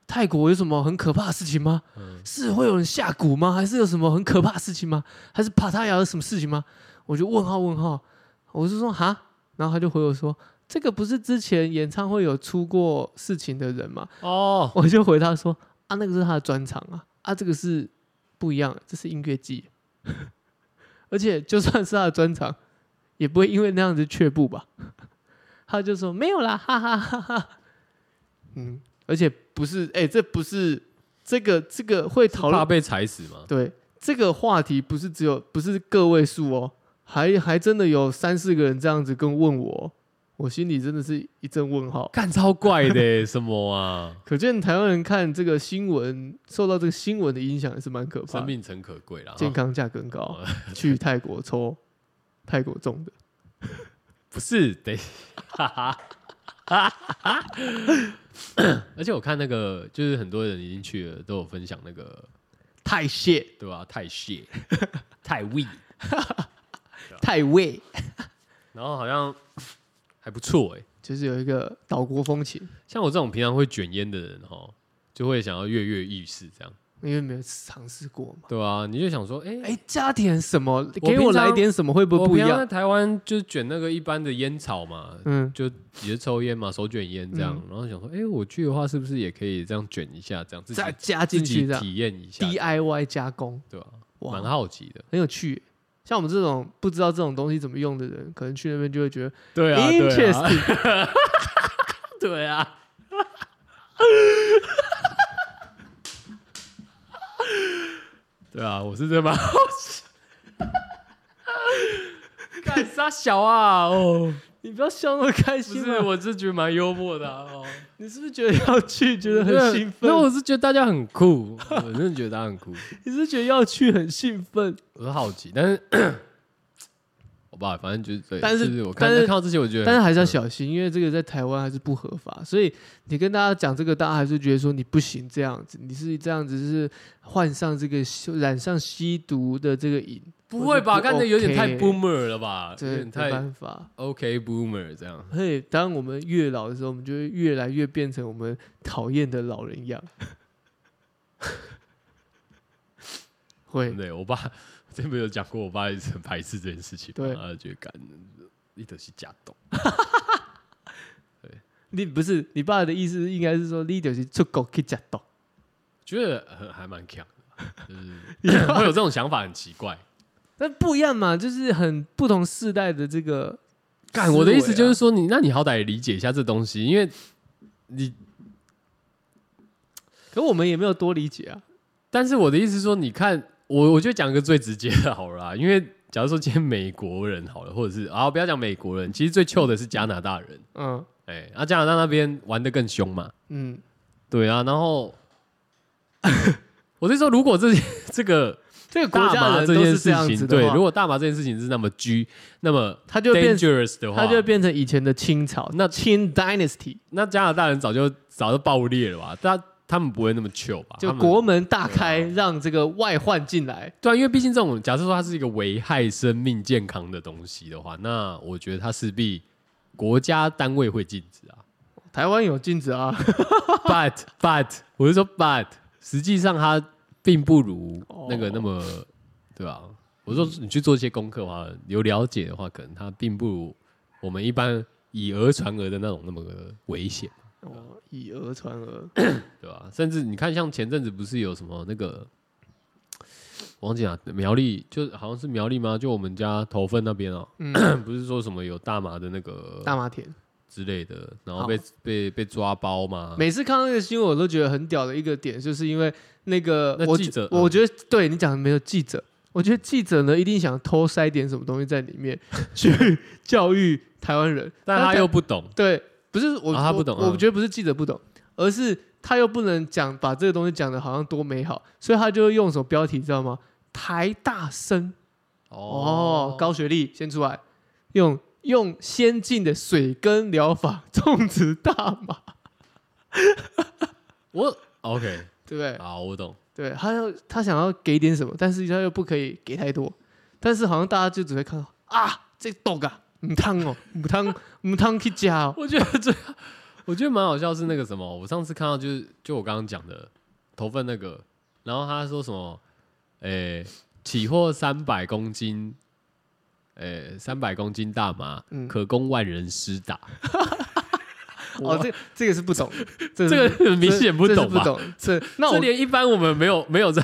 Speaker 2: 泰国有什么很可怕的事情吗？
Speaker 1: 嗯
Speaker 2: 是会有人下蛊吗？还是有什么很可怕的事情吗？还是帕塔亚有什么事情吗？”我就问号问号，我就说：“哈。”然后他就回我说：“这个不是之前演唱会有出过事情的人吗？
Speaker 1: 哦？
Speaker 2: 我就回他说啊，那个是他的专场啊，啊，这个是不一样的，这是音乐季， 而且就算是他的专场，也不会因为那样子却步吧？ 他就说没有啦，哈哈哈哈。嗯，而且不是，哎、这不是这个这个会讨
Speaker 1: 怕
Speaker 2: 论，
Speaker 1: 被踩死吗？
Speaker 2: 对，这个话题不是只有不是个位数哦，还还真的有三四个人这样子跟问我，我心里真的是一阵问号。
Speaker 1: 干超怪的 欸什么啊？
Speaker 2: 可见台湾人看这个新闻，受到这个新闻的影响也是蛮可怕
Speaker 1: 生
Speaker 2: 的。
Speaker 1: 命诚可贵啦，
Speaker 2: 健
Speaker 1: 哈
Speaker 2: 康价更高
Speaker 1: 哦，
Speaker 2: 去泰国抽泰国种的，
Speaker 1: 不是得，哈 哈。而且我看那个，就是很多人已经去了，都有分享那个，
Speaker 2: 泰蟹、
Speaker 1: 对吧、太蟹、太味，啊
Speaker 2: 泰味，
Speaker 1: 然后好像还不错哎、
Speaker 2: 就是有一个岛国风情，
Speaker 1: 像我这种平常会卷烟的人哈，就会想要跃跃欲试这样，
Speaker 2: 因为没有尝试过嘛。
Speaker 1: 对啊，你就想说，哎、
Speaker 2: 哎，加点什么？
Speaker 1: 我
Speaker 2: 给我
Speaker 1: 平常
Speaker 2: 来点什么会不会
Speaker 1: 我
Speaker 2: 不一
Speaker 1: 平常在
Speaker 2: 样？
Speaker 1: 台湾就是卷那个一般的烟草嘛，
Speaker 2: 嗯，
Speaker 1: 就也是抽烟嘛，手卷烟这样，然后想说，哎、我去的话是不是也可以这样卷一下，这样自己
Speaker 2: 再加
Speaker 1: 自
Speaker 2: 进
Speaker 1: 己
Speaker 2: 去这样
Speaker 1: 体验一下，
Speaker 2: DIY 加工，
Speaker 1: 对吧、蛮
Speaker 2: 哇，
Speaker 1: 好奇的，
Speaker 2: 很有趣耶。像我们这种不知道这种东西怎么用的人，可能去那边就会觉得
Speaker 1: 对啊
Speaker 2: interesting。
Speaker 1: 对啊，对啊，我是真蛮好奇。干啥小啊？哦，
Speaker 2: 你不要笑那么开
Speaker 1: 不
Speaker 2: 心
Speaker 1: 是，
Speaker 2: 嘛！
Speaker 1: 我是觉得蛮幽默的、啊、 哦。
Speaker 2: 你是不是觉得要去，觉得
Speaker 1: 对啊
Speaker 2: 很兴奋
Speaker 1: 那？我是觉得大家很酷，我真的觉得大家很酷，
Speaker 2: 你是不是觉得要去很兴奋？
Speaker 1: 我是好奇，但是好吧，反正就是对，
Speaker 2: 但是
Speaker 1: 就我看
Speaker 2: 但是
Speaker 1: 看到这些，我觉得很，
Speaker 2: 但是还是要小心，因为这个在台湾还是不合法，所以你跟大家讲这个，大家还是觉得说你不行这样子，你是这样子是患上这个染上吸毒的这个瘾，
Speaker 1: 不会吧？
Speaker 2: 我就
Speaker 1: 看
Speaker 2: 不
Speaker 1: 着有点太
Speaker 2: OK
Speaker 1: boomer 了吧？有
Speaker 2: 这
Speaker 1: 点
Speaker 2: 没
Speaker 1: 太
Speaker 2: 办法。
Speaker 1: OK boomer 这样。
Speaker 2: 嘿，当我们越老的时候，我们就会越来越变成我们讨厌的老人样。 会，
Speaker 1: 对，我爸之前不是有讲过，我爸一直很排斥这件事情嘛，
Speaker 2: 对
Speaker 1: 他就觉得干一德是假懂，
Speaker 2: 你不是你爸的意思，应该是说你就是出国去吃毒。
Speaker 1: 觉得很还蛮强的，就是 会有这种想法很奇怪。
Speaker 2: 那不一样嘛，就是很不同世代的这个
Speaker 1: 干，
Speaker 2: 思维啊
Speaker 1: 我的意思就是说，你那你好歹也理解一下这东西，因为你，
Speaker 2: 可我们也没有多理解啊。
Speaker 1: 但是我的意思是说，你看我，我就讲个最直接的好了啦，因为假如说今天美国人好了，或者是啊，不要讲美国人，其实最糗的是加拿大人，
Speaker 2: 嗯
Speaker 1: 哎、啊，加拿大那边玩的更凶嘛，
Speaker 2: 嗯，
Speaker 1: 对啊，然后我是说，如果这这个
Speaker 2: 这个国
Speaker 1: 大
Speaker 2: 家
Speaker 1: 麻
Speaker 2: 人
Speaker 1: 这
Speaker 2: 都
Speaker 1: 件
Speaker 2: 是这
Speaker 1: 事
Speaker 2: 样
Speaker 1: 情，
Speaker 2: 子
Speaker 1: 对
Speaker 2: 的，话，
Speaker 1: 如果大麻这件事情是那么拘，那么
Speaker 2: 他就变，
Speaker 1: dangerous 的话，
Speaker 2: 他就变成以前的清朝，那清 dynasty
Speaker 1: 那加拿大人早就早就爆裂了吧？他他们不会那么 chill 吧？
Speaker 2: 就
Speaker 1: 他们
Speaker 2: 国门大开，
Speaker 1: 对啊
Speaker 2: 让这个外患进来。
Speaker 1: 对啊，因为毕竟这种假设说它是一个危害生命健康的东西的话，那我觉得它势必国家单位会禁止啊。
Speaker 2: 台湾有禁止啊，
Speaker 1: but but 我是说 but，实际上它并不如
Speaker 2: 哦
Speaker 1: 那个那么、对吧、啊我说你去做一些功课的话，有了解的话，可能它并不如我们一般以讹传讹的那种那么危险，
Speaker 2: 哦，以讹传 讹，
Speaker 1: 对吧、甚至你看，像前阵子不是有什么那个。我忘记了，苗栗就好像是苗栗吗？就我们家头份那边哦、不是说什么有大麻的那个
Speaker 2: 大麻田。
Speaker 1: 之类的，然后被被被抓包嘛，
Speaker 2: 每次看到那个新闻，我都觉得很屌的一个点，就是因为那个
Speaker 1: 那
Speaker 2: 我
Speaker 1: 记
Speaker 2: 觉
Speaker 1: 者嗯
Speaker 2: 我觉得对你讲的没有记者，我觉得记者呢一定想偷塞点什么东西在里面去 教育台湾人，
Speaker 1: 但他
Speaker 2: 台
Speaker 1: 又不懂，
Speaker 2: 对，不是我、
Speaker 1: 啊他不懂嗯
Speaker 2: 我，我觉得不是记者不懂，而是他又不能讲把这个东西讲的好像多美好，所以他就会用什么标题，你知道吗？台大生哦高学历先出来，用用先进的水耕疗法 种植大麻，
Speaker 1: 我哎 OK，
Speaker 2: 对不对？
Speaker 1: 好，我懂。
Speaker 2: 对，他要他想要给点什么，但是他又不可以给太多，但是好像大家就只会看到啊，这豆啊，母汤哦，母汤母汤去加哦，
Speaker 1: 我觉得最，我觉得蛮好笑是那个什么，我上次看到就是就我刚刚讲的头份那个，然后他说什么，诶、起货三百公斤，诶、三百公斤大麻、
Speaker 2: 嗯
Speaker 1: 可供万人施 打。
Speaker 2: 哦，这这个是不 懂的，这
Speaker 1: 这
Speaker 2: 是
Speaker 1: 个很明显不
Speaker 2: 这是
Speaker 1: 懂
Speaker 2: 不
Speaker 1: 吧？
Speaker 2: 懂。这那
Speaker 1: 这
Speaker 2: 我
Speaker 1: 连一般我们没有没有在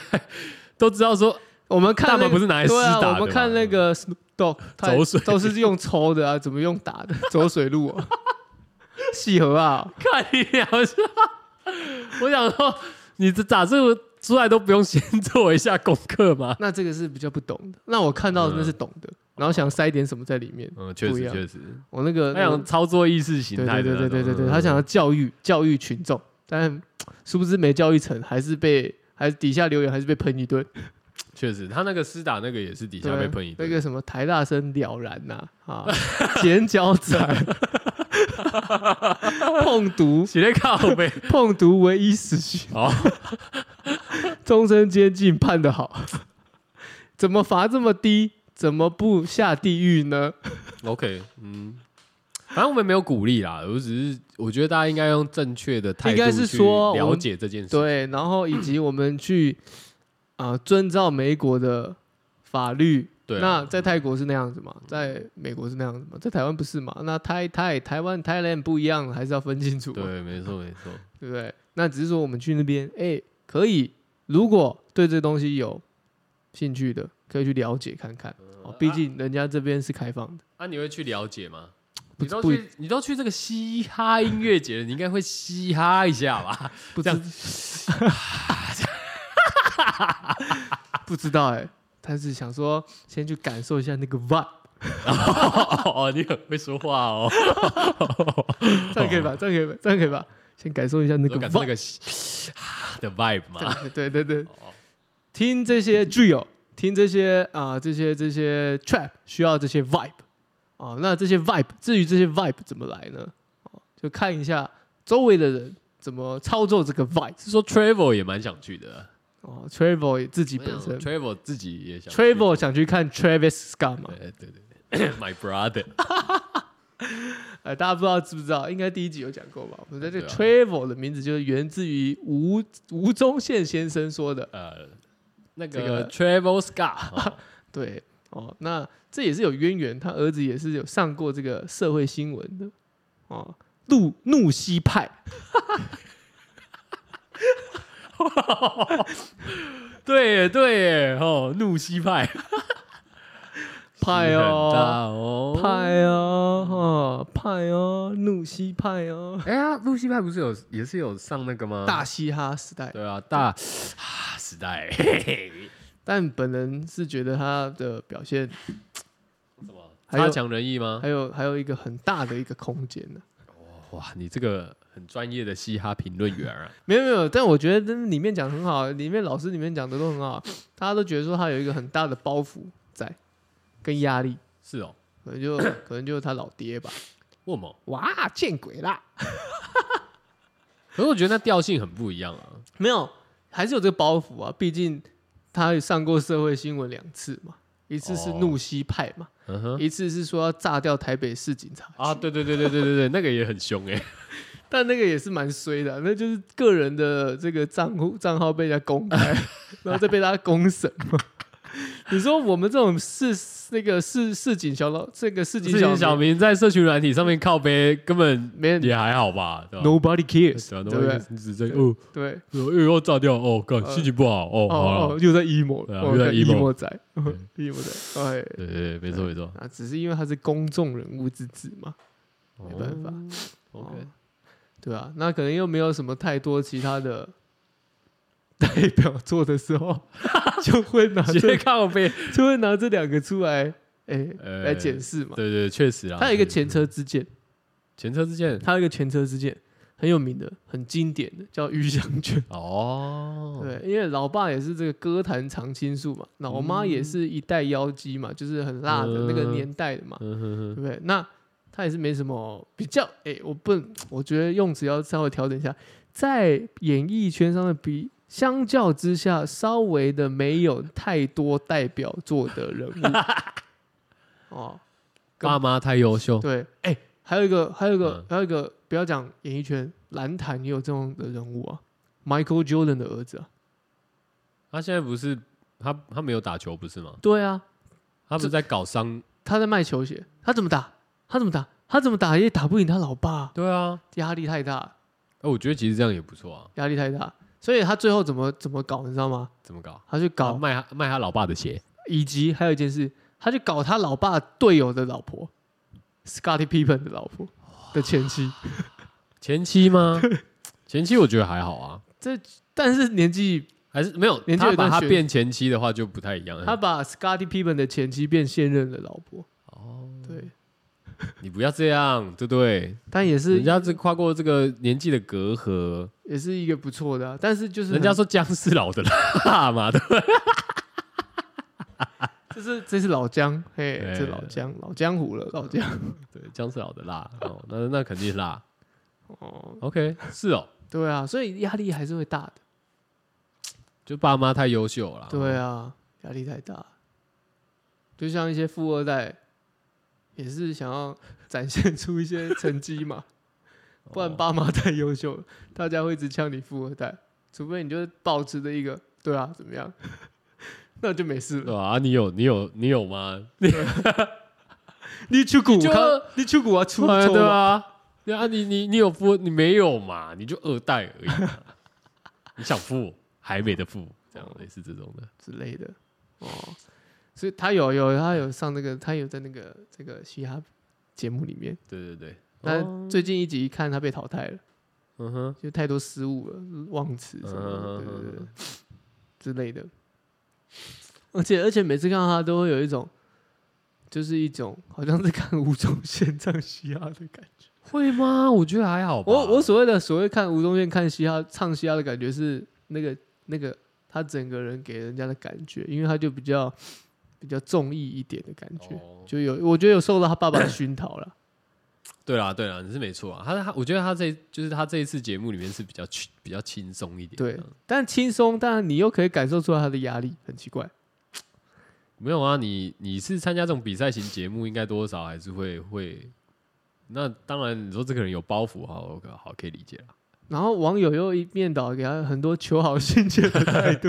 Speaker 1: 都知道 说
Speaker 2: 我们
Speaker 1: 大
Speaker 2: 看
Speaker 1: 麻
Speaker 2: 那
Speaker 1: 不
Speaker 2: 个
Speaker 1: 是拿来施
Speaker 2: 对
Speaker 1: 打的嘛、
Speaker 2: 啊，我们看那个 Snoop Dogg，他
Speaker 1: 走 水
Speaker 2: 都是用抽的啊，怎么用打的？走水路啊， 细河啊，
Speaker 1: 看你两下，我想说，你这咋这出来都不用先做一下功课吗？
Speaker 2: 那这个是比较不懂的。那我看到的那是懂的，然后想塞点什么在里面。
Speaker 1: 嗯，确
Speaker 2: 不一
Speaker 1: 实
Speaker 2: 样
Speaker 1: 确实，
Speaker 2: 我那个
Speaker 1: 他想操作意识形
Speaker 2: 对
Speaker 1: 态
Speaker 2: 对
Speaker 1: 的
Speaker 2: 对
Speaker 1: 那种，
Speaker 2: 对对对对，
Speaker 1: 嗯
Speaker 2: 他想要教育教育群众，但殊不知没教育成，还是被还是底下留言还是被喷一顿，
Speaker 1: 确实，他那个施打那个也是底
Speaker 2: 对啊
Speaker 1: 下被喷一顿，
Speaker 2: 那个什么台大生了然呐啊，剪脚仔，碰毒
Speaker 1: 写在靠背，
Speaker 2: 碰毒唯一死刑，
Speaker 1: 哦，
Speaker 2: 终身监禁判得好， 怎么罚这么低？怎么不下地狱呢？
Speaker 1: OK，嗯，反正我们没有鼓励啦，我只是我觉得大家应该用正确的态度
Speaker 2: 应该是
Speaker 1: 去
Speaker 2: 说我
Speaker 1: 了
Speaker 2: 们
Speaker 1: 解这件事。
Speaker 2: 对，然后以及我们去啊、遵照美国的法律。
Speaker 1: 对啊
Speaker 2: 那在泰国是那样子嘛，在美国是那样子嘛，在台湾不是嘛？那台台台湾 Thailand 不一样，还是要分清楚嘛，
Speaker 1: 对，没错没错，
Speaker 2: 对不对？那只是说我们去那边，哎，可以，如果对这东西有兴趣的，可以去了解看看。
Speaker 1: 嗯
Speaker 2: 哦，毕竟人家这边是开放的，
Speaker 1: 啊，你会去了解吗？
Speaker 2: 不
Speaker 1: 你都
Speaker 2: 不
Speaker 1: 去，你都去这个嘻哈音乐节了，你应该会嘻哈一下吧？
Speaker 2: 不
Speaker 1: 这
Speaker 2: 知 不知道哎、但是想说先去感受一下那个 vibe，
Speaker 1: 哦，你很会说话哦，
Speaker 2: 这样可以吧？这样可以吧？这样可以吧？先感受一下那
Speaker 1: 能
Speaker 2: 个
Speaker 1: 够感受那
Speaker 2: vibe，
Speaker 1: 个嘻哈的 vibe 嘛？
Speaker 2: 对对对。
Speaker 1: 哦
Speaker 2: 听这些 drill，听这些啊、这些这些 trap 需要这些 vibe 啊、那这些 vibe，至于这些 vibe 怎么来呢？哦就看一下周围的人怎么操作这个 vibe
Speaker 1: 是说 Travel 也蛮想去的，啊
Speaker 2: 哦。Travel 自己
Speaker 1: 我
Speaker 2: 本
Speaker 1: 想
Speaker 2: 身
Speaker 1: Travel 自己也想去
Speaker 2: ，Travel 想去看 Travis Scott 嘛？
Speaker 1: 对对对对，My brother，
Speaker 2: 呃，大家不知道知不知道？应该第一集有讲过吧？我们在这个
Speaker 1: 对
Speaker 2: Travel 的名字就是源自于吴吴宗宪先生说的。
Speaker 1: 呃，那
Speaker 2: 这个
Speaker 1: 个 Travel Scott 哦。
Speaker 2: 对哦，那这也是有渊源，他儿子也是有上过这个社会新闻的哦，怒怒西派，
Speaker 1: 对耶，对耶，哦，怒西派，
Speaker 2: 派
Speaker 1: 很大
Speaker 2: 哦，
Speaker 1: 哦，
Speaker 2: 派哦，哦，派哦，怒西派哦，
Speaker 1: 哎呀，怒西派不是有也是有上那个吗？
Speaker 2: 大嘻哈时代。
Speaker 1: 对啊，大啊时代，嘿嘿
Speaker 2: 但本人是觉得他的表现
Speaker 1: 什么
Speaker 2: 还有
Speaker 1: 差强人意吗
Speaker 2: 还？有还有一个很大的一个空间呢、
Speaker 1: 哇，你这个很专业的嘻哈评论员啊，
Speaker 2: 没有没有，但我觉得真的里面讲得很好，里面老师里面讲的都很好，大家都觉得说他有一个很大的包袱在，跟压力，
Speaker 1: 是哦，
Speaker 2: 可能 就可能就是他老爹吧。
Speaker 1: 我猛，
Speaker 2: 哇，见鬼啦！
Speaker 1: 可是我觉得那调性很不一样啊，
Speaker 2: 没有，还是有这个包袱啊，毕竟他上过社会新闻两次嘛，一次是
Speaker 1: 哦
Speaker 2: 怒西派嘛，
Speaker 1: 嗯哼，
Speaker 2: 一次是说要炸掉台北市警察局
Speaker 1: 啊，对对对对对对对，那个也很凶哎，
Speaker 2: 但那个也是蛮衰的啊、那就是个人的这个账户账号被人家 公开，然后再被大家公审嘛。你说我们这种市那个市市井小老，这个市井
Speaker 1: 事
Speaker 2: 小
Speaker 1: 情小明在社群软体上面靠背，根本
Speaker 2: 没人
Speaker 1: 也还好吧，对吧？
Speaker 2: ，nobody cares，
Speaker 1: 对啊，
Speaker 2: 嗯对不对？
Speaker 1: 那只在哦，
Speaker 2: 对，
Speaker 1: 又又要炸掉哦，干心情不好哦，好
Speaker 2: 哦
Speaker 1: 了
Speaker 2: 哦，，又在 emo，
Speaker 1: 对啊
Speaker 2: 哦
Speaker 1: 又在
Speaker 2: 看
Speaker 1: emo
Speaker 2: emo 仔 ，emo 仔，哎，
Speaker 1: 对对，对没错没错，
Speaker 2: 啊，只是因为他是公众人物之子嘛，没办法
Speaker 1: 哦。
Speaker 2: 哦
Speaker 1: OK，
Speaker 2: 对啊，那可能又没有什么太多其他的代表作的时候， 就会拿
Speaker 1: 直接
Speaker 2: 这
Speaker 1: 靠背，
Speaker 2: 就会拿这两个出来，哎、
Speaker 1: 呃
Speaker 2: 来检视嘛。
Speaker 1: 对对，确实啊。
Speaker 2: 他有一个
Speaker 1: 确实
Speaker 2: 前车之鉴，
Speaker 1: 前车之 鉴
Speaker 2: 他有一个前车之鉴，很有名的、很经典的，叫鱼香卷。
Speaker 1: 哦，
Speaker 2: 对，因为老爸也是这个歌坛常青树嘛，老妈也是一代妖姬嘛，就是很辣的那个
Speaker 1: 嗯
Speaker 2: 年代的嘛。
Speaker 1: 嗯哼
Speaker 2: 对
Speaker 1: 哼，
Speaker 2: 不对？那他也是没什么比较，哎、我不能，我觉得用词要稍微调整一下，在演艺圈上的比相较之下，稍微的没有太多代表作的 人物。哦，
Speaker 1: 爸妈太优秀，
Speaker 2: 对，哎、还有一个，还有一个，
Speaker 1: 哦嗯
Speaker 2: 还有一个，不要讲演艺圈，篮坛也有这种的人物啊，Michael Jordan 的儿子啊，
Speaker 1: 他现在不是他他没有打球不是吗？
Speaker 2: 对啊，
Speaker 1: 他不是在搞伤？
Speaker 2: 他在卖球鞋，他怎么打？他怎么打？他怎么打也打不赢他老爸啊，
Speaker 1: 对啊，
Speaker 2: 压力太大了。
Speaker 1: 哎，我觉得其实这样也不错啊，
Speaker 2: 压力太大，所以他最后怎么怎么搞，你知道吗？
Speaker 1: 怎么搞？
Speaker 2: 他去
Speaker 1: 他
Speaker 2: 搞，
Speaker 1: 卖他卖他老爸的鞋，
Speaker 2: 以及还有一件事，他去搞他老爸队友的老婆，Scotty Pippen 的老婆的前妻，
Speaker 1: 前期吗？前期我觉得还好啊，
Speaker 2: 但是年纪
Speaker 1: 还是没有
Speaker 2: 年纪
Speaker 1: 他
Speaker 2: 有一
Speaker 1: 把
Speaker 2: 段
Speaker 1: 他
Speaker 2: 学
Speaker 1: 变前妻的话就不太一样。
Speaker 2: 他把 Scotty Pippen 的前妻变现任的老婆，
Speaker 1: 哦，
Speaker 2: 对，
Speaker 1: 你不要这样，对不对？
Speaker 2: 但也
Speaker 1: 人
Speaker 2: 是
Speaker 1: 家这跨过这个年纪的隔阂，
Speaker 2: 也是一个不错的啊、但是就是
Speaker 1: 人家
Speaker 2: 很
Speaker 1: 说姜是老的辣嘛，对不对
Speaker 2: 这是这是老姜，嘿，
Speaker 1: 对
Speaker 2: 这是老姜老江湖了，老姜
Speaker 1: 对，姜是老的辣哦，那那肯定是辣。
Speaker 2: 哦，
Speaker 1: OK，是哦，
Speaker 2: 对啊，所以压力还是会大的，
Speaker 1: 就爸妈太优秀了。
Speaker 2: 对啊，压力太大，就像一些富二代也是想要展现出一些成绩 嘛，
Speaker 1: 哦，
Speaker 2: 不然爸妈太优秀了，大家会一直呛你富二代，除非你就是保持的一个对啊怎么样， 那就没事了
Speaker 1: 对。吧？啊，你有你有你有吗？
Speaker 2: 你出股
Speaker 1: 就
Speaker 2: 康， 你出股啊，出
Speaker 1: 哎
Speaker 2: 错
Speaker 1: 对
Speaker 2: 吧？
Speaker 1: 啊，对啊，你你你有富，你没有嘛？你就二代而已嘛。你想富还没得富，这样类似这种的。
Speaker 2: 之类的哦。所以他有有他有上那个，他有在那个这个嘻哈节目里面。
Speaker 1: 对对对，
Speaker 2: 那
Speaker 1: 哦
Speaker 2: 最近一集一看他被淘汰了，
Speaker 1: 嗯哼，
Speaker 2: 就太多失误了，忘词什么的，
Speaker 1: 嗯
Speaker 2: 对对对之类的。而且而且每次看到他都会有一种，就是一种好像是看吴宗宪唱嘻哈的感觉。
Speaker 1: 会吗？我觉得还好吧。
Speaker 2: 我我所谓的所谓看吴宗宪看嘻哈唱嘻哈的感觉是那个那个他整个人给人家的感觉，因为他就比较比较综艺一点的感觉，
Speaker 1: 哦
Speaker 2: 就有我觉得有受到他爸爸的熏陶 了。
Speaker 1: 对啦对啦，你是没错啊。他他，我觉得他这就是他这一次节目里面是比较轻比较轻松一点。
Speaker 2: 对，但轻松，但你又可以感受出来他的压力，很奇怪。
Speaker 1: 没有啊，你你是参加这种比赛型节目，应该多少还是会会。那当然，你说这个人有包袱，好好可以理解啦。
Speaker 2: 然后网友又一面倒给他很多求好心切的态度，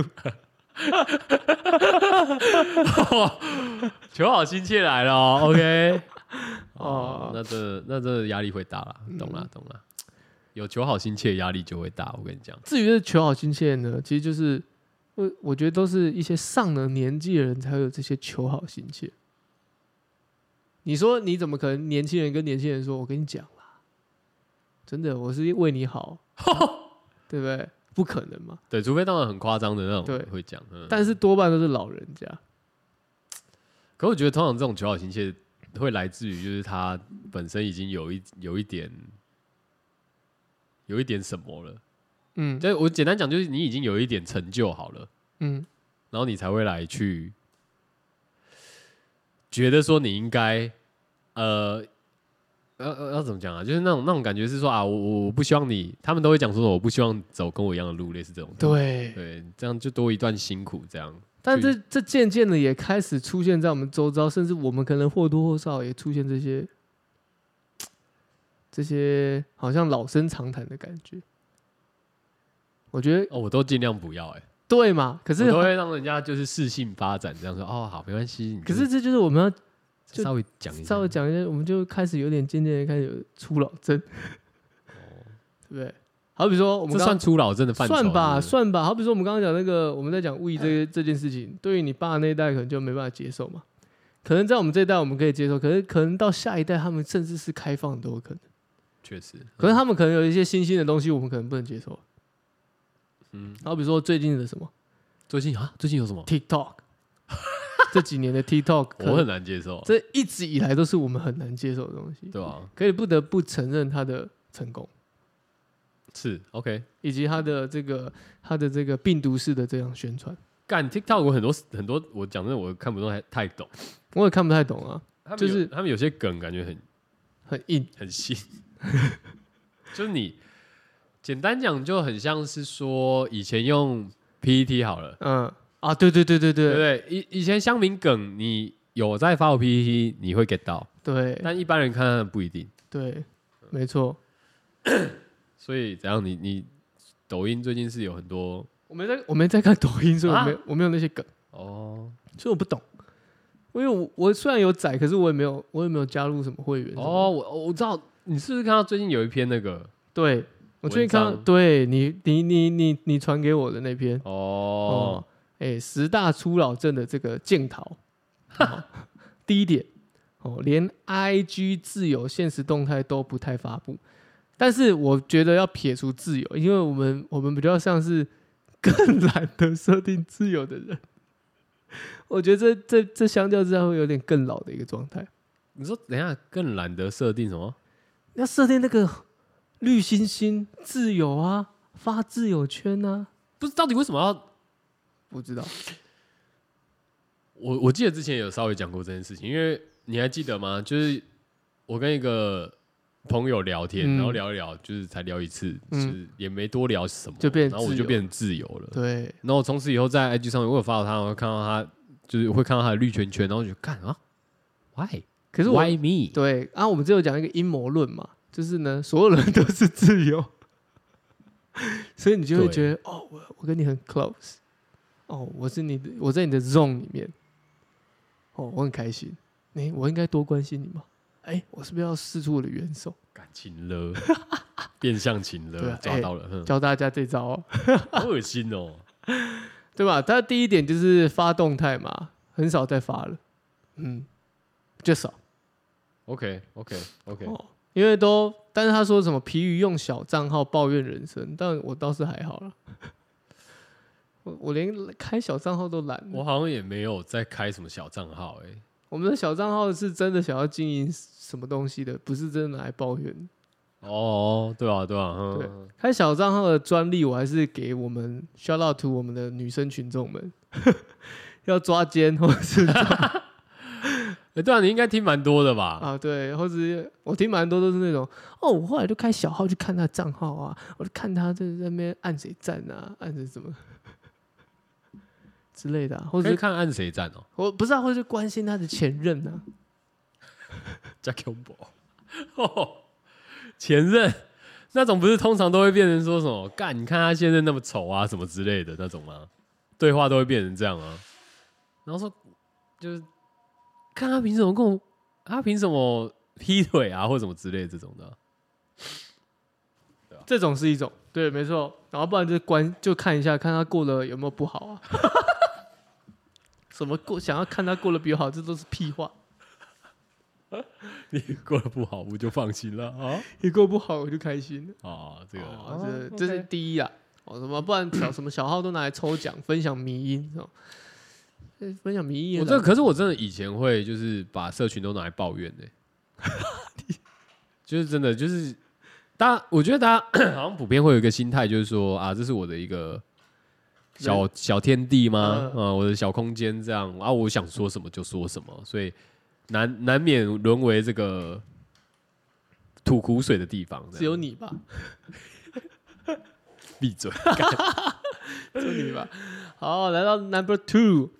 Speaker 1: 求好心切来了 哦，OK。
Speaker 2: 哦嗯
Speaker 1: 哦，那这那这压力会大啦，懂啦懂啦。有求好心切，压力就会大。我跟你讲，
Speaker 2: 至于这求好心切呢，其实就是我我觉得都是一些上了年纪的人才会有这些求好心切。你说你怎么可能年轻人跟年轻人说？我跟你讲啦，真的，我是为你好，对不对？不可能嘛。
Speaker 1: 对，除非当然很夸张的那
Speaker 2: 对
Speaker 1: 种会讲。嗯，
Speaker 2: 但是多半都是老人家，
Speaker 1: 可我觉得通常这种求好心切会来自于就是他本身已经有一有一点有一点什么了。
Speaker 2: 嗯
Speaker 1: 对我简单讲就是你已经有一点成就好了，
Speaker 2: 嗯，
Speaker 1: 然后你才会来去觉得说你应该呃。要要要怎么讲啊？就是那种那种感觉是说啊，我我我不希望你，他们都会讲说我不希望走跟我一样的路，类似这种。
Speaker 2: 对。
Speaker 1: 对，这样就多一段辛苦，这样。
Speaker 2: 但这这渐渐的也开始出现在我们周遭，甚至我们可能或多或少也出现这些这些好像老生常谈的感觉。我觉得
Speaker 1: 哦，我都尽量不要哎、
Speaker 2: 对嘛，可
Speaker 1: 我
Speaker 2: 是
Speaker 1: 都会让人家就是适性发展，这样说哦，好，没关系。你
Speaker 2: 可
Speaker 1: 就是
Speaker 2: 这就是我们
Speaker 1: 嗯
Speaker 2: 就
Speaker 1: 稍微讲一
Speaker 2: 要
Speaker 1: 下，
Speaker 2: 稍微讲一下，我们就开始有点渐渐的开始有初老症，
Speaker 1: 哦
Speaker 2: 对不对？好比说我们
Speaker 1: 这
Speaker 2: 刚
Speaker 1: 算初老症的范畴，
Speaker 2: 算吧，
Speaker 1: 是不是
Speaker 2: 算吧。好比说，我们刚刚讲那个，我们在讲物理这个这件事情，对于你爸那一代可能就没办法接受嘛。可能在我们这一代我们可以接受，可是可能到下一代他们甚至是开放都有可能。
Speaker 1: 嗯确实。
Speaker 2: 可是他们可能有一些新兴的东西，我们可能不能接受。
Speaker 1: 嗯，
Speaker 2: 好比说最近的什么
Speaker 1: 最近啊，最近有什么？
Speaker 2: TikTok，这几年的 TikTok，可
Speaker 1: 我
Speaker 2: 能
Speaker 1: 很难接受，啊
Speaker 2: 这一直以来都是我们很难接受的东西。
Speaker 1: 对啊吧？
Speaker 2: 可以不得不承认它的成功，
Speaker 1: 是 OK。
Speaker 2: 以及它的这个它的这个病毒式的这样宣传，
Speaker 1: 干 TikTok 我很多很多，我讲真的我看不太太懂，
Speaker 2: 我也看不太懂啊，
Speaker 1: 他们
Speaker 2: 就是
Speaker 1: 有他们有些梗感觉很
Speaker 2: 很硬。
Speaker 1: 很新， 就是你简单讲就很像是说以前用 PPT 好了，
Speaker 2: 嗯啊，对对对对
Speaker 1: 对不
Speaker 2: 对
Speaker 1: 对？以以前乡民梗你有在发我 PPT 你会 get 到，
Speaker 2: 对
Speaker 1: 但一般人看不一定。
Speaker 2: 对，没错。
Speaker 1: 所以怎样？你你抖音最近是有很多
Speaker 2: 我没在，我没在看抖音，所以我没、
Speaker 1: 啊
Speaker 2: 我没有那些梗，
Speaker 1: 哦
Speaker 2: 所以我不懂。因为我我虽然有载，可是我也没有我也没有加入什么会员什么的。
Speaker 1: 哦，我我知道你是不是看到最近有一篇那个
Speaker 2: 对我最近看到，
Speaker 1: 文章
Speaker 2: 对你你你你你传给我的那篇
Speaker 1: 哦，
Speaker 2: 哎、十大初老症的这个检讨、哦第一点哦，连 IG 自由现实动态都不太发布，但是我觉得要撇除自由，因为我们我们比较像是更懒得设定自由的人。我觉得这这这相较之下会有点更老的一个状态。
Speaker 1: 你说等一下更懒得设定什么？
Speaker 2: 要设定那个绿星星、自由啊、发自由圈啊，
Speaker 1: 不是到底为什么要？
Speaker 2: 不知道。
Speaker 1: 我我记得之前有稍微讲过这件事情，因为你还记得吗？就是我跟一个朋友聊天，
Speaker 2: 嗯
Speaker 1: 然后聊一聊，就是才聊一次，
Speaker 2: 嗯
Speaker 1: 就是也没多聊什么，
Speaker 2: 就变
Speaker 1: 然后我
Speaker 2: 自
Speaker 1: 就
Speaker 2: 由
Speaker 1: 变成自由了。
Speaker 2: 对，
Speaker 1: 然后从此以后在 IG 上面，我有发到他，我看到他就是会看到他的绿圈圈，然后我就看啊，Why？
Speaker 2: 可是我
Speaker 1: Why me？
Speaker 2: 对啊，我们只有讲一个阴谋论嘛，就是呢，所有人都是自由， 所以你就会觉得哦，我我跟你很 close，哦，我是你的，我在你的 zone 里面，哦，我很开心，哎、我应该多关心你嘛，哎、我是不是要试出我的援手，
Speaker 1: 感情了，变相情
Speaker 2: 对
Speaker 1: 了
Speaker 2: 啊，
Speaker 1: 抓到了，哼
Speaker 2: 教大家这招、哦，
Speaker 1: 好恶心哦。
Speaker 2: 对吧？他第一点就是发动态嘛，很少再发了，嗯，就少
Speaker 1: OK OK OK，
Speaker 2: 哦，因为都，但是他说什么疲于用小账号抱怨人生，但我倒是还好了。 我我连开小账号都懒了。
Speaker 1: 我好像也没有在开什么小账号哎、
Speaker 2: 我们的小账号是真的想要经营什么东西的，不是真的拿来抱怨。
Speaker 1: 哦，对啊对啊，哼
Speaker 2: 对开小账号的专利，我还是给我们 shout out to 我们的女生群众们， 要抓奸或是
Speaker 1: 哎、对啊，你应该听蛮多的吧？
Speaker 2: 啊，对，或者是我听蛮多都是那种，哦，我后来就开小号去看他账号啊，我就看他在那边按谁赞啊，按谁什么 之类的、啊，或
Speaker 1: 可
Speaker 2: 者
Speaker 1: 以
Speaker 2: 是
Speaker 1: 看按谁站哦，
Speaker 2: 我不是啊，或者是关心他的前任啊，
Speaker 1: 加 combo，哦前任那种不是通常都会变成说什么干？你看他现在那么丑啊，什么之类的那种吗？对话都会变成这样啊，然后说就是看他凭什么跟我，他凭什么劈腿啊，或什么之类这种的啊、
Speaker 2: 这种是一种，对，没错，然后不然就是关就看一下，看他过得有没有不好啊， 什么过想要看他过得比我好，这都是屁话，
Speaker 1: 你过得不好，我就放心了啊
Speaker 2: 你过不好我就开心了。
Speaker 1: 啊！这个
Speaker 2: 哦，这这是第一啊。哦，什么？不然小什么小号都拿来抽奖，分享迷音哦。呃分享迷音也
Speaker 1: 我
Speaker 2: 懒，
Speaker 1: 这可是我真的以前会就是把社群都拿来抱怨的、 就是真的就是大家，我觉得大家 好像普遍会有一个心态，就是说啊，这是我的一个小小天地吗？
Speaker 2: 嗯
Speaker 1: 啊，我的小空间这样啊，我想说什么就说什么，所以难难免沦为这个吐苦水的地方。
Speaker 2: 只有你吧，
Speaker 1: 闭 嘴，
Speaker 2: 只有你吧。好，来到 number two，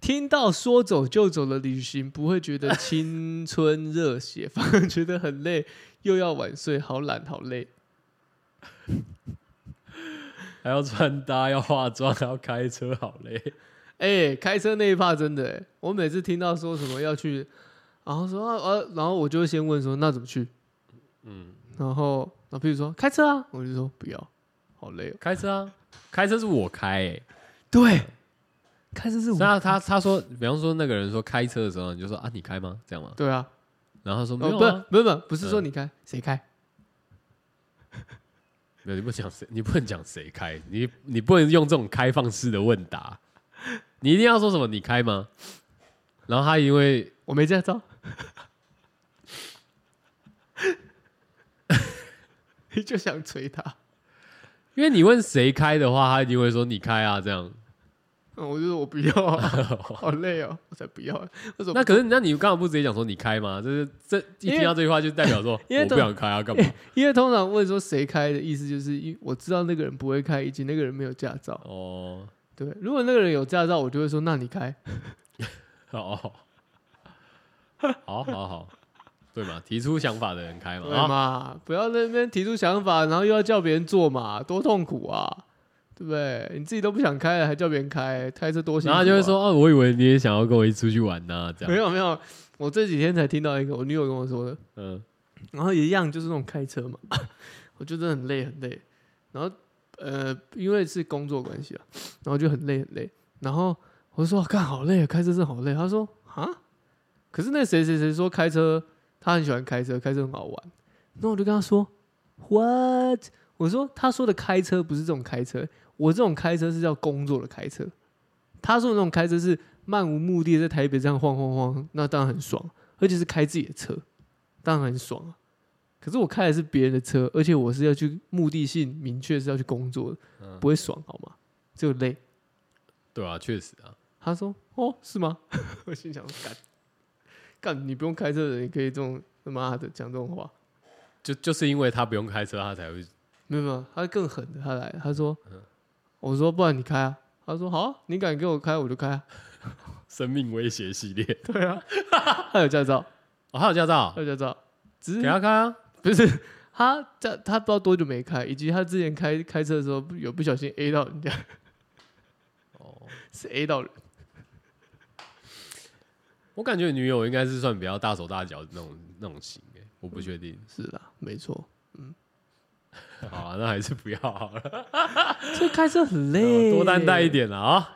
Speaker 2: 听到说走就走的旅行，不会觉得青春热血， 反而觉得很累，又要晚睡，好懒，好累。
Speaker 1: 还要穿搭，要化妆，还要开车，好累。
Speaker 2: 哎、开车那一趴真的、欸，我每次听到说什么要去，然后说呃、啊然后我就会先问说那怎么去，
Speaker 1: 嗯，
Speaker 2: 然后那譬如说开车啊，我就说不要，好累哦。
Speaker 1: 开车啊，开车是我开、欸，
Speaker 2: 对，开车是我。
Speaker 1: 那他他说，比方说那个人说开车的时候，你就说啊，你开吗？这样吗？
Speaker 2: 对啊，
Speaker 1: 然后他说
Speaker 2: 哦
Speaker 1: 没有、
Speaker 2: 不
Speaker 1: 啊，
Speaker 2: 不是不是不是说你开，谁开？
Speaker 1: 没有，你不讲谁，你不能讲谁开，你你不能用这种开放式的问答，你一定要说什么你开吗？然后他因为
Speaker 2: 我没驾照。 你就想捶他，
Speaker 1: 因为你问谁开的话，他一定会说你开啊这样。
Speaker 2: 嗯我就说我不要 啊，好累哦，我才不要啊。为什么
Speaker 1: 那可是那你刚好不直接讲说你开吗？这是这一
Speaker 2: 因为
Speaker 1: 听到这句话就代表说
Speaker 2: 因为
Speaker 1: 我不想开啊，干嘛？
Speaker 2: 因为通常问说谁开的意思，就是因我知道那个人不会开，以及那个人没有驾照。
Speaker 1: 哦
Speaker 2: 对，如果那个人有驾照，我就会说那你开。
Speaker 1: 哦，好好好，对嘛？提出想法的人开嘛
Speaker 2: 对
Speaker 1: 啊。
Speaker 2: 嘛，不要在那边提出想法，然后又要叫别人做嘛，多痛苦啊，对不对？你自己都不想开了，还叫别人开，开车多辛苦、啊
Speaker 1: 然后他就会，说：“哦、我以为你也想要跟我一起出去玩呐、这
Speaker 2: 没
Speaker 1: 样。
Speaker 2: 有没有，我这几天才听到一个我女友跟我说的，”
Speaker 1: 嗯，
Speaker 2: 然后一样就是那种开车嘛， 我就真的很累很累，然后呃，因为是工作关系啊，然后就很累很累，然后我就说干好累，啊，开车真的好累。他说啊，可是那谁谁谁说开车，他很喜欢开车，开车很好玩。那我就跟他说，what？我说他说的开车不是这种开车，我这种开车是叫工作的开车。他说的那种开车是漫无目的地在台北这样晃晃晃，那当然很爽，而且是开自己的车，当然很爽啊。可是我开的是别人的车，而且我是要去目的性明确是要去工作的，
Speaker 1: 嗯，
Speaker 2: 不会爽好吗？就累。
Speaker 1: 对啊，确实啊，
Speaker 2: 他说：“哦，是吗？” 我心想：“干干，你不用开车的人，你可以这种他妈的讲这种话。
Speaker 1: 就就是因为他不用开车，他才会”
Speaker 2: 没有没有，他更狠的，他来，他说：“
Speaker 1: 嗯
Speaker 2: 我说不然你开啊。”他说：“好啊、你敢给我开，我就开、啊。
Speaker 1: 生命威胁系 列。”
Speaker 2: 他有驾照，
Speaker 1: 哦，他有驾照
Speaker 2: 他，有驾照，只
Speaker 1: 给
Speaker 2: 呃
Speaker 1: 他
Speaker 2: 是
Speaker 1: 开啊。
Speaker 2: 不是他驾他不知道多久没开，以及他之前开开车的时候有不小心 A 到人家，
Speaker 1: 哦，
Speaker 2: 是 A 到人。
Speaker 1: 我感觉女友应该是算比较大手大脚的那种那种型诶，我不确定。
Speaker 2: 是啦，没错，嗯
Speaker 1: 好啊，那还是不要好 了，
Speaker 2: 这开车很累，
Speaker 1: 多担待一。点啦啊。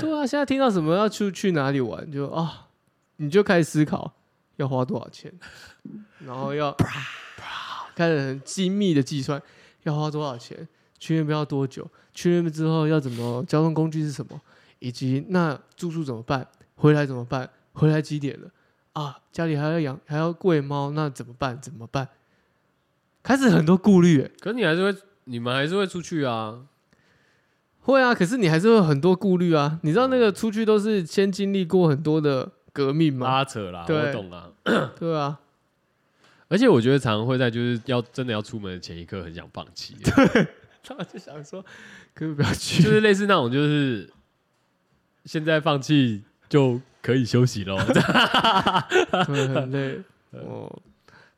Speaker 2: 对啊，现在听到什么要去去哪里玩，就啊，你就开始思考要花多少钱，然后 要开始很精密的计算要花多少钱，去那边要多久，去那边之后要怎么，交通工具是什么，以及那住宿怎么办，回来怎么办，回来几点了啊？家里还要养还要喂猫，那怎么办？怎么办？开始很多顾虑、欸，
Speaker 1: 可是你还是会，你们还是会出去啊。
Speaker 2: 会啊，可是你还是会有很多顾虑啊。你知道那个出去都是先经历过很多的革命吗？
Speaker 1: 拉扯啦，
Speaker 2: 嗯对
Speaker 1: 我懂啦。
Speaker 2: 对啊，
Speaker 1: 而且我觉得常常会在就是要真的要出门的前一刻很想放弃，
Speaker 2: 他们就想说，可不可以不要
Speaker 1: 就
Speaker 2: 去？
Speaker 1: 是类似那种就是现在放弃就可以休息 喽。
Speaker 2: 对 很累哦。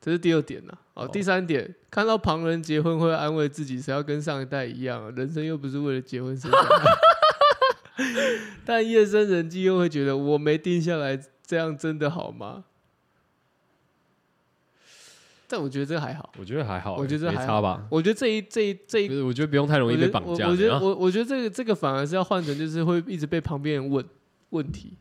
Speaker 2: 这是第二点呐、哦，
Speaker 1: 哦
Speaker 2: 第三点，看到旁人结婚会安慰自己，谁要跟上一代一样、啊？人生又不是为了结婚生小孩。 但夜深人静又会觉得，我没定下来，这样真的好吗？但我觉得这个还好，
Speaker 1: 我觉得还好欸，
Speaker 2: 我觉得
Speaker 1: 没
Speaker 2: 还好
Speaker 1: 差吧。
Speaker 2: 我觉得这一这一这一
Speaker 1: 就是我觉得不用太容易
Speaker 2: 我
Speaker 1: 被
Speaker 2: 觉
Speaker 1: 绑
Speaker 2: 得
Speaker 1: 架
Speaker 2: 我我觉
Speaker 1: 的
Speaker 2: 得
Speaker 1: 啊。
Speaker 2: 我我觉得这个这个反而是要换成就是会一直被旁边人问问题。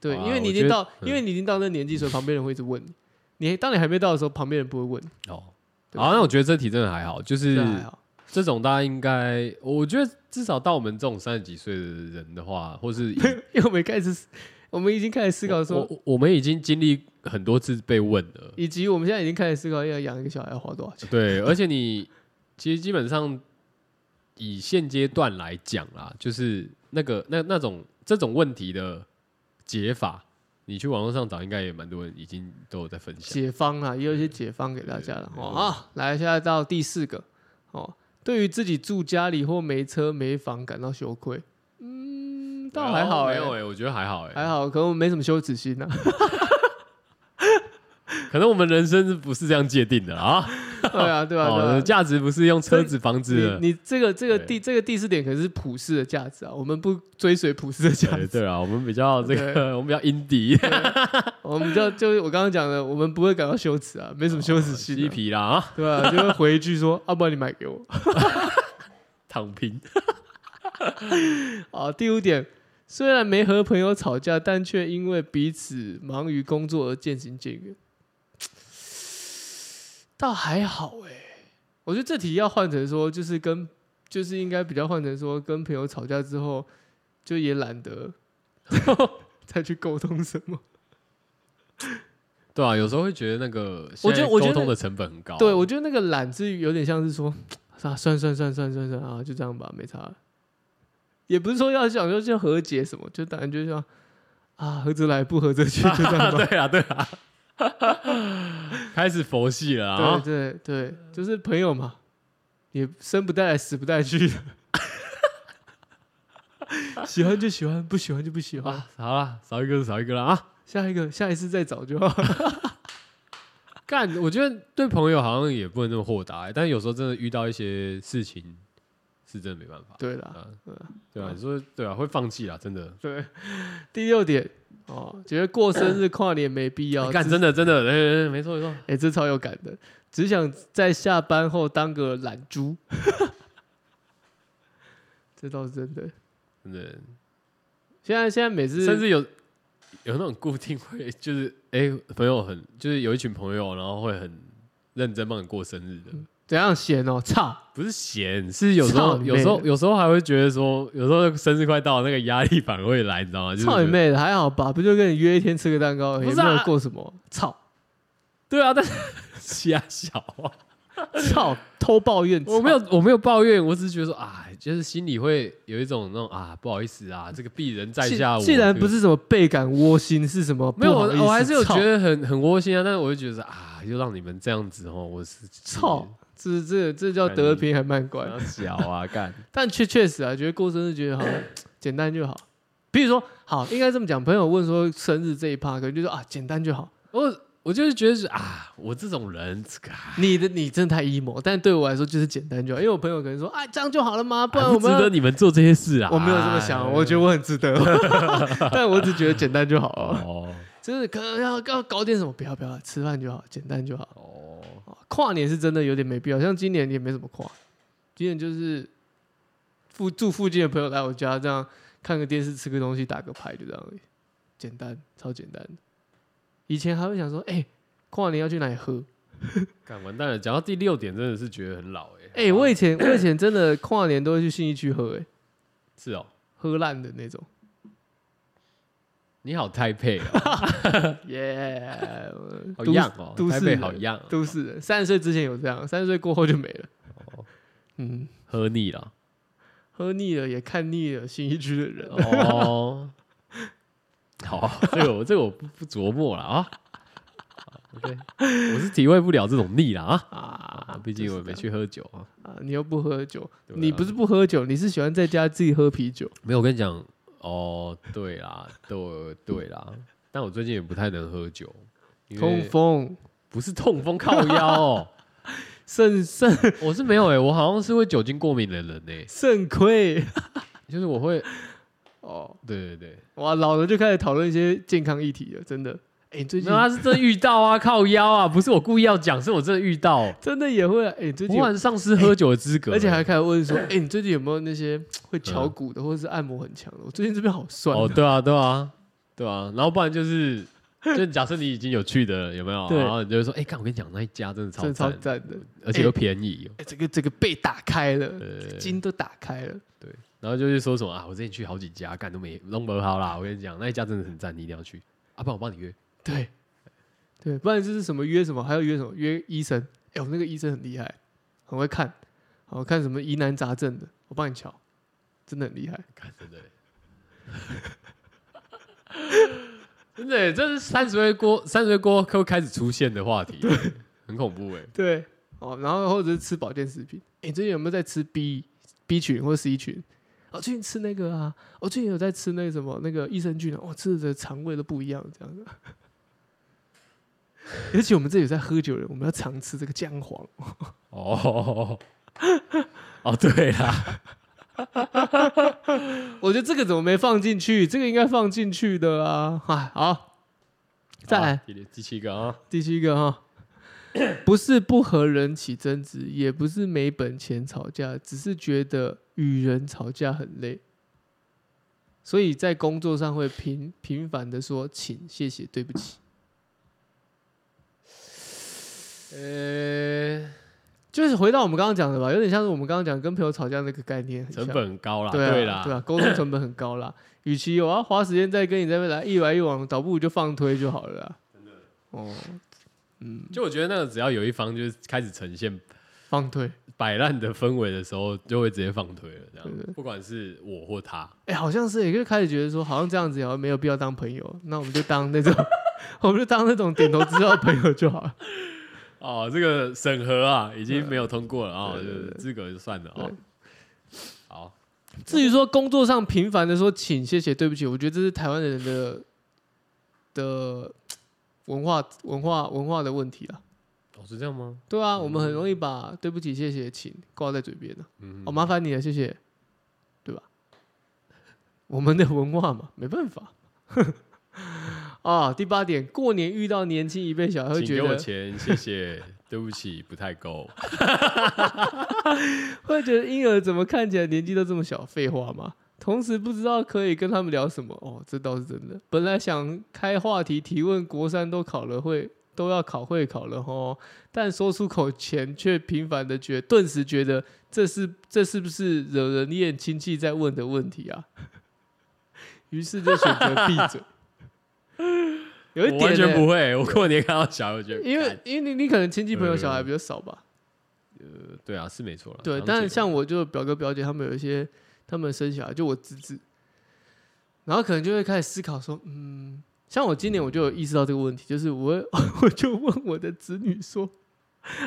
Speaker 2: 对，
Speaker 1: 好啊
Speaker 2: 因为你已
Speaker 1: 我觉
Speaker 2: 经
Speaker 1: 得
Speaker 2: 到，
Speaker 1: 嗯
Speaker 2: 因为你已经到那年纪，所以旁边人会一直问你。你当你还没到的时候，旁边人不会问。
Speaker 1: 哦，
Speaker 2: 对
Speaker 1: 好，那我觉得这题真的还好，就是
Speaker 2: 这还好
Speaker 1: 这种大家应该，我觉得至少到我们这种三十几岁的人的话，或 是
Speaker 2: 因为我们开始，我们已经开始思考说，
Speaker 1: 我我们已经经历很多次被问了，
Speaker 2: 以及我们现在已经开始思考要养一个小孩要花多少钱。
Speaker 1: 对，而且你其实基本上以现阶段来讲啦，就是那个那那种这种问题的解法，你去网络上找，应该也蛮多人已经都有在分享。
Speaker 2: 解方啊啦，也有一些解方给大家了
Speaker 1: 对
Speaker 2: 哦
Speaker 1: 对
Speaker 2: 啊。来，现在到第四个哦，对于自己住家里或没车没房感到羞愧，嗯，倒还好、欸，
Speaker 1: 没有哎、我觉得还好哎、
Speaker 2: 还好，可能我没什么羞耻心 啊呐、
Speaker 1: 可能我们人生是不是这样界定的啊？
Speaker 2: 对啊，对啊，对
Speaker 1: 哦
Speaker 2: 啊。
Speaker 1: 价值不是用车子、房子的。
Speaker 2: 你你这个这个
Speaker 1: 对
Speaker 2: 第这个第四点可是普世的价值啊，我们不追随普世的价
Speaker 1: 对
Speaker 2: 值，
Speaker 1: 对啊，我们比较这
Speaker 2: 对
Speaker 1: 个，我们比较阴底，
Speaker 2: 我们就就是我刚刚讲的，我们不会感到羞耻啊，没什么羞耻心、
Speaker 1: 嬉
Speaker 2: 啊，
Speaker 1: 皮啦啊，
Speaker 2: 对吧、就会回一句说，要、啊不然你买给我。
Speaker 1: 躺平。
Speaker 2: 啊，第五点，虽然没和朋友吵架，但却因为彼此忙于工作而渐行渐远，倒还好哎、我觉得这题要换成说，就是跟就是应该比较换成说，跟朋友吵架之后，就也懒得 再去沟通什么。
Speaker 1: 对啊，有时候会觉得那个，
Speaker 2: 我觉得我觉得
Speaker 1: 沟通的成本很高。啊
Speaker 2: 对我觉得那个懒是有点像是说，啊，算算算算算算啊，就这样吧，没差了。也不是说要想说就和解什么，就当然就像啊，合则来，不合则去，就 这样吧。
Speaker 1: 对啊，对啊，开始佛系了啊！
Speaker 2: 对对对，就是朋友嘛，也生不带来，死不带去的。 喜欢就喜欢，不喜欢就不喜欢。
Speaker 1: 啊，好了，少一个就少一个了啊！
Speaker 2: 下一个，下一次再找就好。
Speaker 1: 干，我觉得对朋友好像也不能那么豁达欸、但有时候真的遇到一些事情，是真的没办法。
Speaker 2: 对啦，
Speaker 1: 啊
Speaker 2: 嗯，
Speaker 1: 对啊，你说对啊，会放弃啦，真的。
Speaker 2: 对。第六点哦，觉得过生日跨年没必要。
Speaker 1: 干、
Speaker 2: 只
Speaker 1: 真的真的，哎、哎哎没错没错。
Speaker 2: 哎、这超有感的，只想在下班后当个懒猪。 这倒是真的。
Speaker 1: 真的，
Speaker 2: 现在现在每次
Speaker 1: 甚至有有那种固定会，就是哎、朋友很，就是有一群朋友，然后会很认真帮你过生日的，
Speaker 2: 怎样闲哦？操！
Speaker 1: 不是闲，是有时候
Speaker 2: 操你妹
Speaker 1: 有时候有时候还会觉得说，有时候生日快到，那个压力反而会来，你知道吗？就是
Speaker 2: 操你
Speaker 1: 觉得
Speaker 2: 妹的，还好吧？不就跟你约一天吃个蛋糕而已，
Speaker 1: 不
Speaker 2: 也
Speaker 1: 是
Speaker 2: 没
Speaker 1: 啊
Speaker 2: 有过什么。操
Speaker 1: 对啊，但是 瞎小啊，
Speaker 2: 操，偷抱怨。
Speaker 1: 我没有我没有抱怨，我只是觉得说啊，就是心里会有一种那种啊不好意思啊，这个鄙人在
Speaker 2: 既
Speaker 1: 下我，
Speaker 2: 既然
Speaker 1: 这个
Speaker 2: 不是什么倍感窝心，是什么不
Speaker 1: 没有，
Speaker 2: 好
Speaker 1: 我
Speaker 2: 意思？
Speaker 1: 我还是有
Speaker 2: 操
Speaker 1: 觉得很很窝心啊，但是我就觉得啊，又让你们这样子哦，我是
Speaker 2: 操，这这这叫得平还慢乖。
Speaker 1: 小 啊干，
Speaker 2: 但确确实啊，觉得过生日觉得好简单就好。比如说，好，应该这么讲。朋友问说生日这一趴，可能就说啊，简单就好。
Speaker 1: 我我就是觉得是啊，我这种人，这个啊
Speaker 2: 你的你真的太 emo，但对我来说就是简单就好。因为我朋友可能说啊，这样就好了吗？不然
Speaker 1: 还
Speaker 2: 我
Speaker 1: 啊不值
Speaker 2: 们
Speaker 1: 得你们做这些事啊，
Speaker 2: 我没有这么想，
Speaker 1: 哎
Speaker 2: 我觉得我 很值得，但我只觉得简单就好了。
Speaker 1: 哦
Speaker 2: 就是可能要要搞点什么，不要不要，吃饭就好，简单就好。
Speaker 1: 哦，
Speaker 2: 跨年是真的有点没必要，像今年也没怎么跨，今年就是附住附近的朋友来我家，这样看个电视、吃个东西、打个牌，就这样而已，简单，超简单的。以前还会想说，哎、跨年要去哪里喝？
Speaker 1: 干完蛋了，讲到第六点真的是觉得很老哎，
Speaker 2: 哎、我以前我以前真的跨年都会去信义区喝、哎，
Speaker 1: 是哦，
Speaker 2: 喝烂的那种。
Speaker 1: 你好太配哦，
Speaker 2: 耶、
Speaker 1: 好
Speaker 2: 都市
Speaker 1: 样哦，
Speaker 2: 都
Speaker 1: 太
Speaker 2: 市
Speaker 1: 配
Speaker 2: 人
Speaker 1: 好样哦，
Speaker 2: 都市人，三十岁之前有这样，三十岁过后就没了。
Speaker 1: 哦
Speaker 2: 嗯，
Speaker 1: 喝腻了
Speaker 2: 喝腻了也看腻了新一区的人，
Speaker 1: 哦，好，这 个我这个我不不琢磨了啊。OK，我是体会不了这种腻了啊。啊
Speaker 2: 啊，
Speaker 1: 毕竟我也
Speaker 2: 就是这
Speaker 1: 没
Speaker 2: 样
Speaker 1: 去喝酒啊。
Speaker 2: 啊，你又不喝酒，
Speaker 1: 对啊
Speaker 2: 你不是不喝酒，你是喜欢在家自己喝啤酒。
Speaker 1: 没有，我跟你讲，哦，对啦，对对啦，但我最近也不太能喝酒，因为
Speaker 2: 通风，
Speaker 1: 不是痛风靠腰 哦，
Speaker 2: 肾肾
Speaker 1: 我是没有哎、我好像是会酒精过敏的人呢、欸
Speaker 2: 肾亏
Speaker 1: 就是我会，
Speaker 2: 哦，
Speaker 1: 对对对，
Speaker 2: 哇，老了就开始讨论一些健康议题了，真的。哎、最近
Speaker 1: 那他是真的遇到啊，靠腰啊，不是我故意要讲，是我真的遇到，
Speaker 2: 真的也会啊，哎、最
Speaker 1: 我
Speaker 2: 近
Speaker 1: 忽
Speaker 2: 有，
Speaker 1: 然丧失喝酒的资格、
Speaker 2: 而且还开始 问说，哎、你最近有没有那些会敲鼓的，或者是按摩很强的？我最近这边好酸、
Speaker 1: 啊哦，对啊，对啊，对啊，然后不然就是。就假设你已经有去的了，有没有？
Speaker 2: 对
Speaker 1: 然后你就会说，哎、看我跟你讲，那一家真的超
Speaker 2: 真的超
Speaker 1: 赞，
Speaker 2: 赞的。
Speaker 1: 而且又便宜。哦
Speaker 2: 哎、这个这个被打开了，
Speaker 1: 呃，
Speaker 2: 筋都打开了。
Speaker 1: 对，然后就是说什么啊，我之前去好几家，干都没弄不好啦。我跟你讲，那一家真的很赞，你一定要去啊，不然我帮你约。
Speaker 2: 对，对，不然就是什么约什么，还要约什么约医生。哎、我们那个医生很厉害，很会看，好看什么疑难杂症的，我帮你瞧，真的很厉害。
Speaker 1: 看，真的耶，真的耶，这是三十岁过三十岁过后开始出现的话题，很恐怖哎。
Speaker 2: 对，哦，然后或者是吃保健食品。哎、最近有没有在吃 B B 群或 C 群？哦，最近吃那个啊，我、最近有在吃那个什么那个益生菌啊，我、吃的肠胃都不一样这样子。 而且我们这里有在喝酒的人，我们要常吃这个姜黄。
Speaker 1: 哦，哦，对啦，
Speaker 2: 我觉得这个怎么没放进去？这个应该放进去的啊！ 哎，好， 再来
Speaker 1: 好第第七个啊，
Speaker 2: 第七个哈， 不是不和人起争执，也不是没本钱吵架，只是觉得与人吵架很累，所以在工作上会频频繁的说请、谢谢、对不起，
Speaker 1: 呃，
Speaker 2: 就是回到我们刚刚讲的吧，有点像是我们刚刚讲跟朋友吵架那个概念很像
Speaker 1: 成本很高啦，
Speaker 2: 对啊
Speaker 1: 对
Speaker 2: 对
Speaker 1: 啦，
Speaker 2: 啊，沟通成本很高啦。与其我要花时间再跟你这边来一来一往，倒不如就放推就好了啦。真的哦，
Speaker 1: 就我觉得那个只要有一方就是开始呈现
Speaker 2: 放推，
Speaker 1: 摆烂的氛围的时候，就会直接放推了，这
Speaker 2: 对
Speaker 1: 样，不管是我或他。
Speaker 2: 哎、好像是耶，也就开始觉得说，好像这样子也没有必要当朋友，那我们就当 那种，我们就当那种点头之交的朋友就好了。
Speaker 1: 哦，这个审核啊，已经没有通过了啊、
Speaker 2: 对
Speaker 1: 就
Speaker 2: 对
Speaker 1: 是资格就算了啊、
Speaker 2: 对
Speaker 1: 好，
Speaker 2: 至于说工作上频繁的说请、谢谢、对不起，我觉得这是台湾人的的文化、文化、文化的问题啦。
Speaker 1: 哦，是这样吗？
Speaker 2: 对啊，我们很容易把对不起、谢谢、请挂在嘴边的、
Speaker 1: 嗯，
Speaker 2: 哦，麻烦你了，谢谢，对吧？我们的文化嘛，没办法。 啊，第八点，过年遇到年轻一辈小孩会
Speaker 1: 请
Speaker 2: 觉
Speaker 1: 给
Speaker 2: 得
Speaker 1: 我钱，谢谢， 对不起，不太够。
Speaker 2: 会觉得婴儿怎么看起来年纪都这么小？废话嘛。同时不知道可以跟他们聊什么哦，这倒是真的。本来想开话题提问国三都考了会都要考会考了吼，但说出口前却频繁的觉，顿时觉得这是这是不是惹人厌亲戚在问的问题啊？ 于是就选择闭 嘴。有一点、
Speaker 1: 我完全
Speaker 2: 欸
Speaker 1: 不会，我过年看到小孩，我觉得
Speaker 2: 因为
Speaker 1: 干
Speaker 2: 因为你你可能亲戚朋友小孩
Speaker 1: 嗯
Speaker 2: 比较少吧，
Speaker 1: 对啊，是没错了。
Speaker 2: 对，
Speaker 1: 常
Speaker 2: 但是
Speaker 1: 见
Speaker 2: 像我就表哥表姐他们有一些，他们生小孩，就我侄子，然后可能就会开始思考说，嗯，像我今年我就有意识到这个问题，就是我会 我就问我的子女说，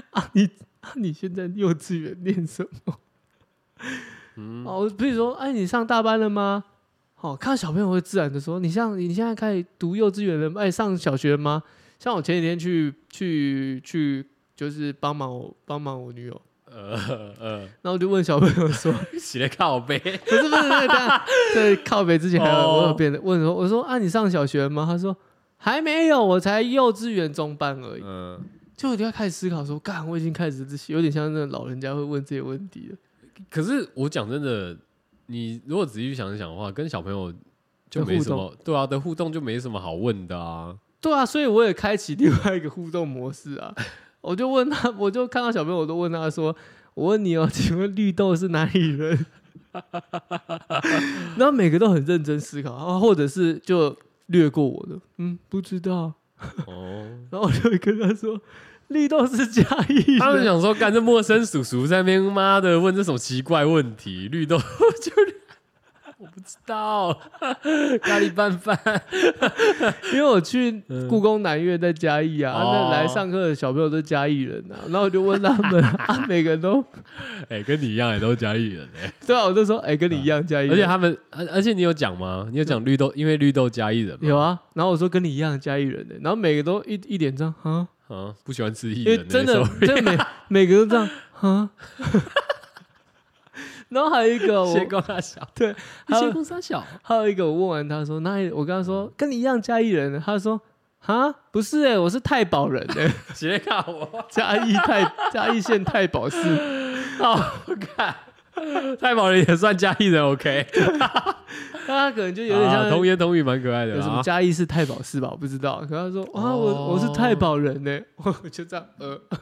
Speaker 2: 啊你啊你现在幼稚园念什么？
Speaker 1: 嗯
Speaker 2: 哦，比如说，哎，你上大班了吗？哦，看到小朋友会自然的说，你像你现在开始读幼稚园了吗，哎，上小学了吗？像我前几天去去去，就是帮忙我帮忙我女友，
Speaker 1: 呃呃，
Speaker 2: 然后我就问小朋友说，
Speaker 1: 洗了靠背，
Speaker 2: 不是不是，那个等下在靠北之前还有
Speaker 1: 哦
Speaker 2: 我有变得问说，我说啊，你上小学了吗？他说还没有，我才幼稚园中班而已。
Speaker 1: 嗯，
Speaker 2: 就我就要开始思考说，干，我已经开始有点像那种老人家会问这些问题了。
Speaker 1: 可是我讲真的，你如果仔细去想一想的话，跟小朋友就
Speaker 2: 的
Speaker 1: 没
Speaker 2: 互
Speaker 1: 什么，对啊，的互动就没什么好问的 啊。
Speaker 2: 对啊，所以我也开启另外一个互动模式啊， 我就问他，我就看到小朋友，我都问他说，我问你哦，请问绿豆是哪里人？ 然后每个都很认真思考，然后或者是就略过我的，嗯，不知道。
Speaker 1: 哦，
Speaker 2: 然后我就跟他说：“绿豆是嘉义
Speaker 1: 他们
Speaker 2: 人。
Speaker 1: 想说，干这陌生叔叔在那边妈的问这种奇怪问题，绿豆就是。我不知 道，咖喱拌饭，”
Speaker 2: 因为我去故宫南院在嘉义啊，
Speaker 1: 嗯
Speaker 2: 啊
Speaker 1: 哦
Speaker 2: 那来上课的小朋友都是嘉义人啊，然后我就问他 们，啊，每个人都
Speaker 1: 哎、跟你一样，也都是嘉义人哎、
Speaker 2: 对啊，我就说：“哎，跟你一样嘉义人。”
Speaker 1: 而且他们，而而且你有讲吗？你有讲绿豆，因为绿豆嘉义人嘛，
Speaker 2: 有啊，然后我说跟你一样嘉义人的、然后每个都一一脸这样啊，
Speaker 1: 啊，不喜欢吃艺
Speaker 2: 因为
Speaker 1: 人、欸，
Speaker 2: 真的
Speaker 1: sorry
Speaker 2: 真的 每每个都这样啊， 然后还有一个我
Speaker 1: 谢光大小，
Speaker 2: 对，还
Speaker 1: 谢
Speaker 2: 有
Speaker 1: 光大 小，
Speaker 2: 还有一个我问完他说哪里，我跟他说跟你一样嘉义人的，他说啊不是哎、我是太保人的、
Speaker 1: 斜看我，
Speaker 2: 嘉义太 嘉义县太保市，
Speaker 1: 好看。 太保人也算嘉义人，OK，
Speaker 2: 那他可能就有点像、
Speaker 1: 啊同言同语，蛮可爱的
Speaker 2: 有什么
Speaker 1: 啊。
Speaker 2: 嘉义市太保市吧，我不知道。可他说啊，
Speaker 1: 哦
Speaker 2: 我我是太保人呢、 我就这样呃，
Speaker 1: 哎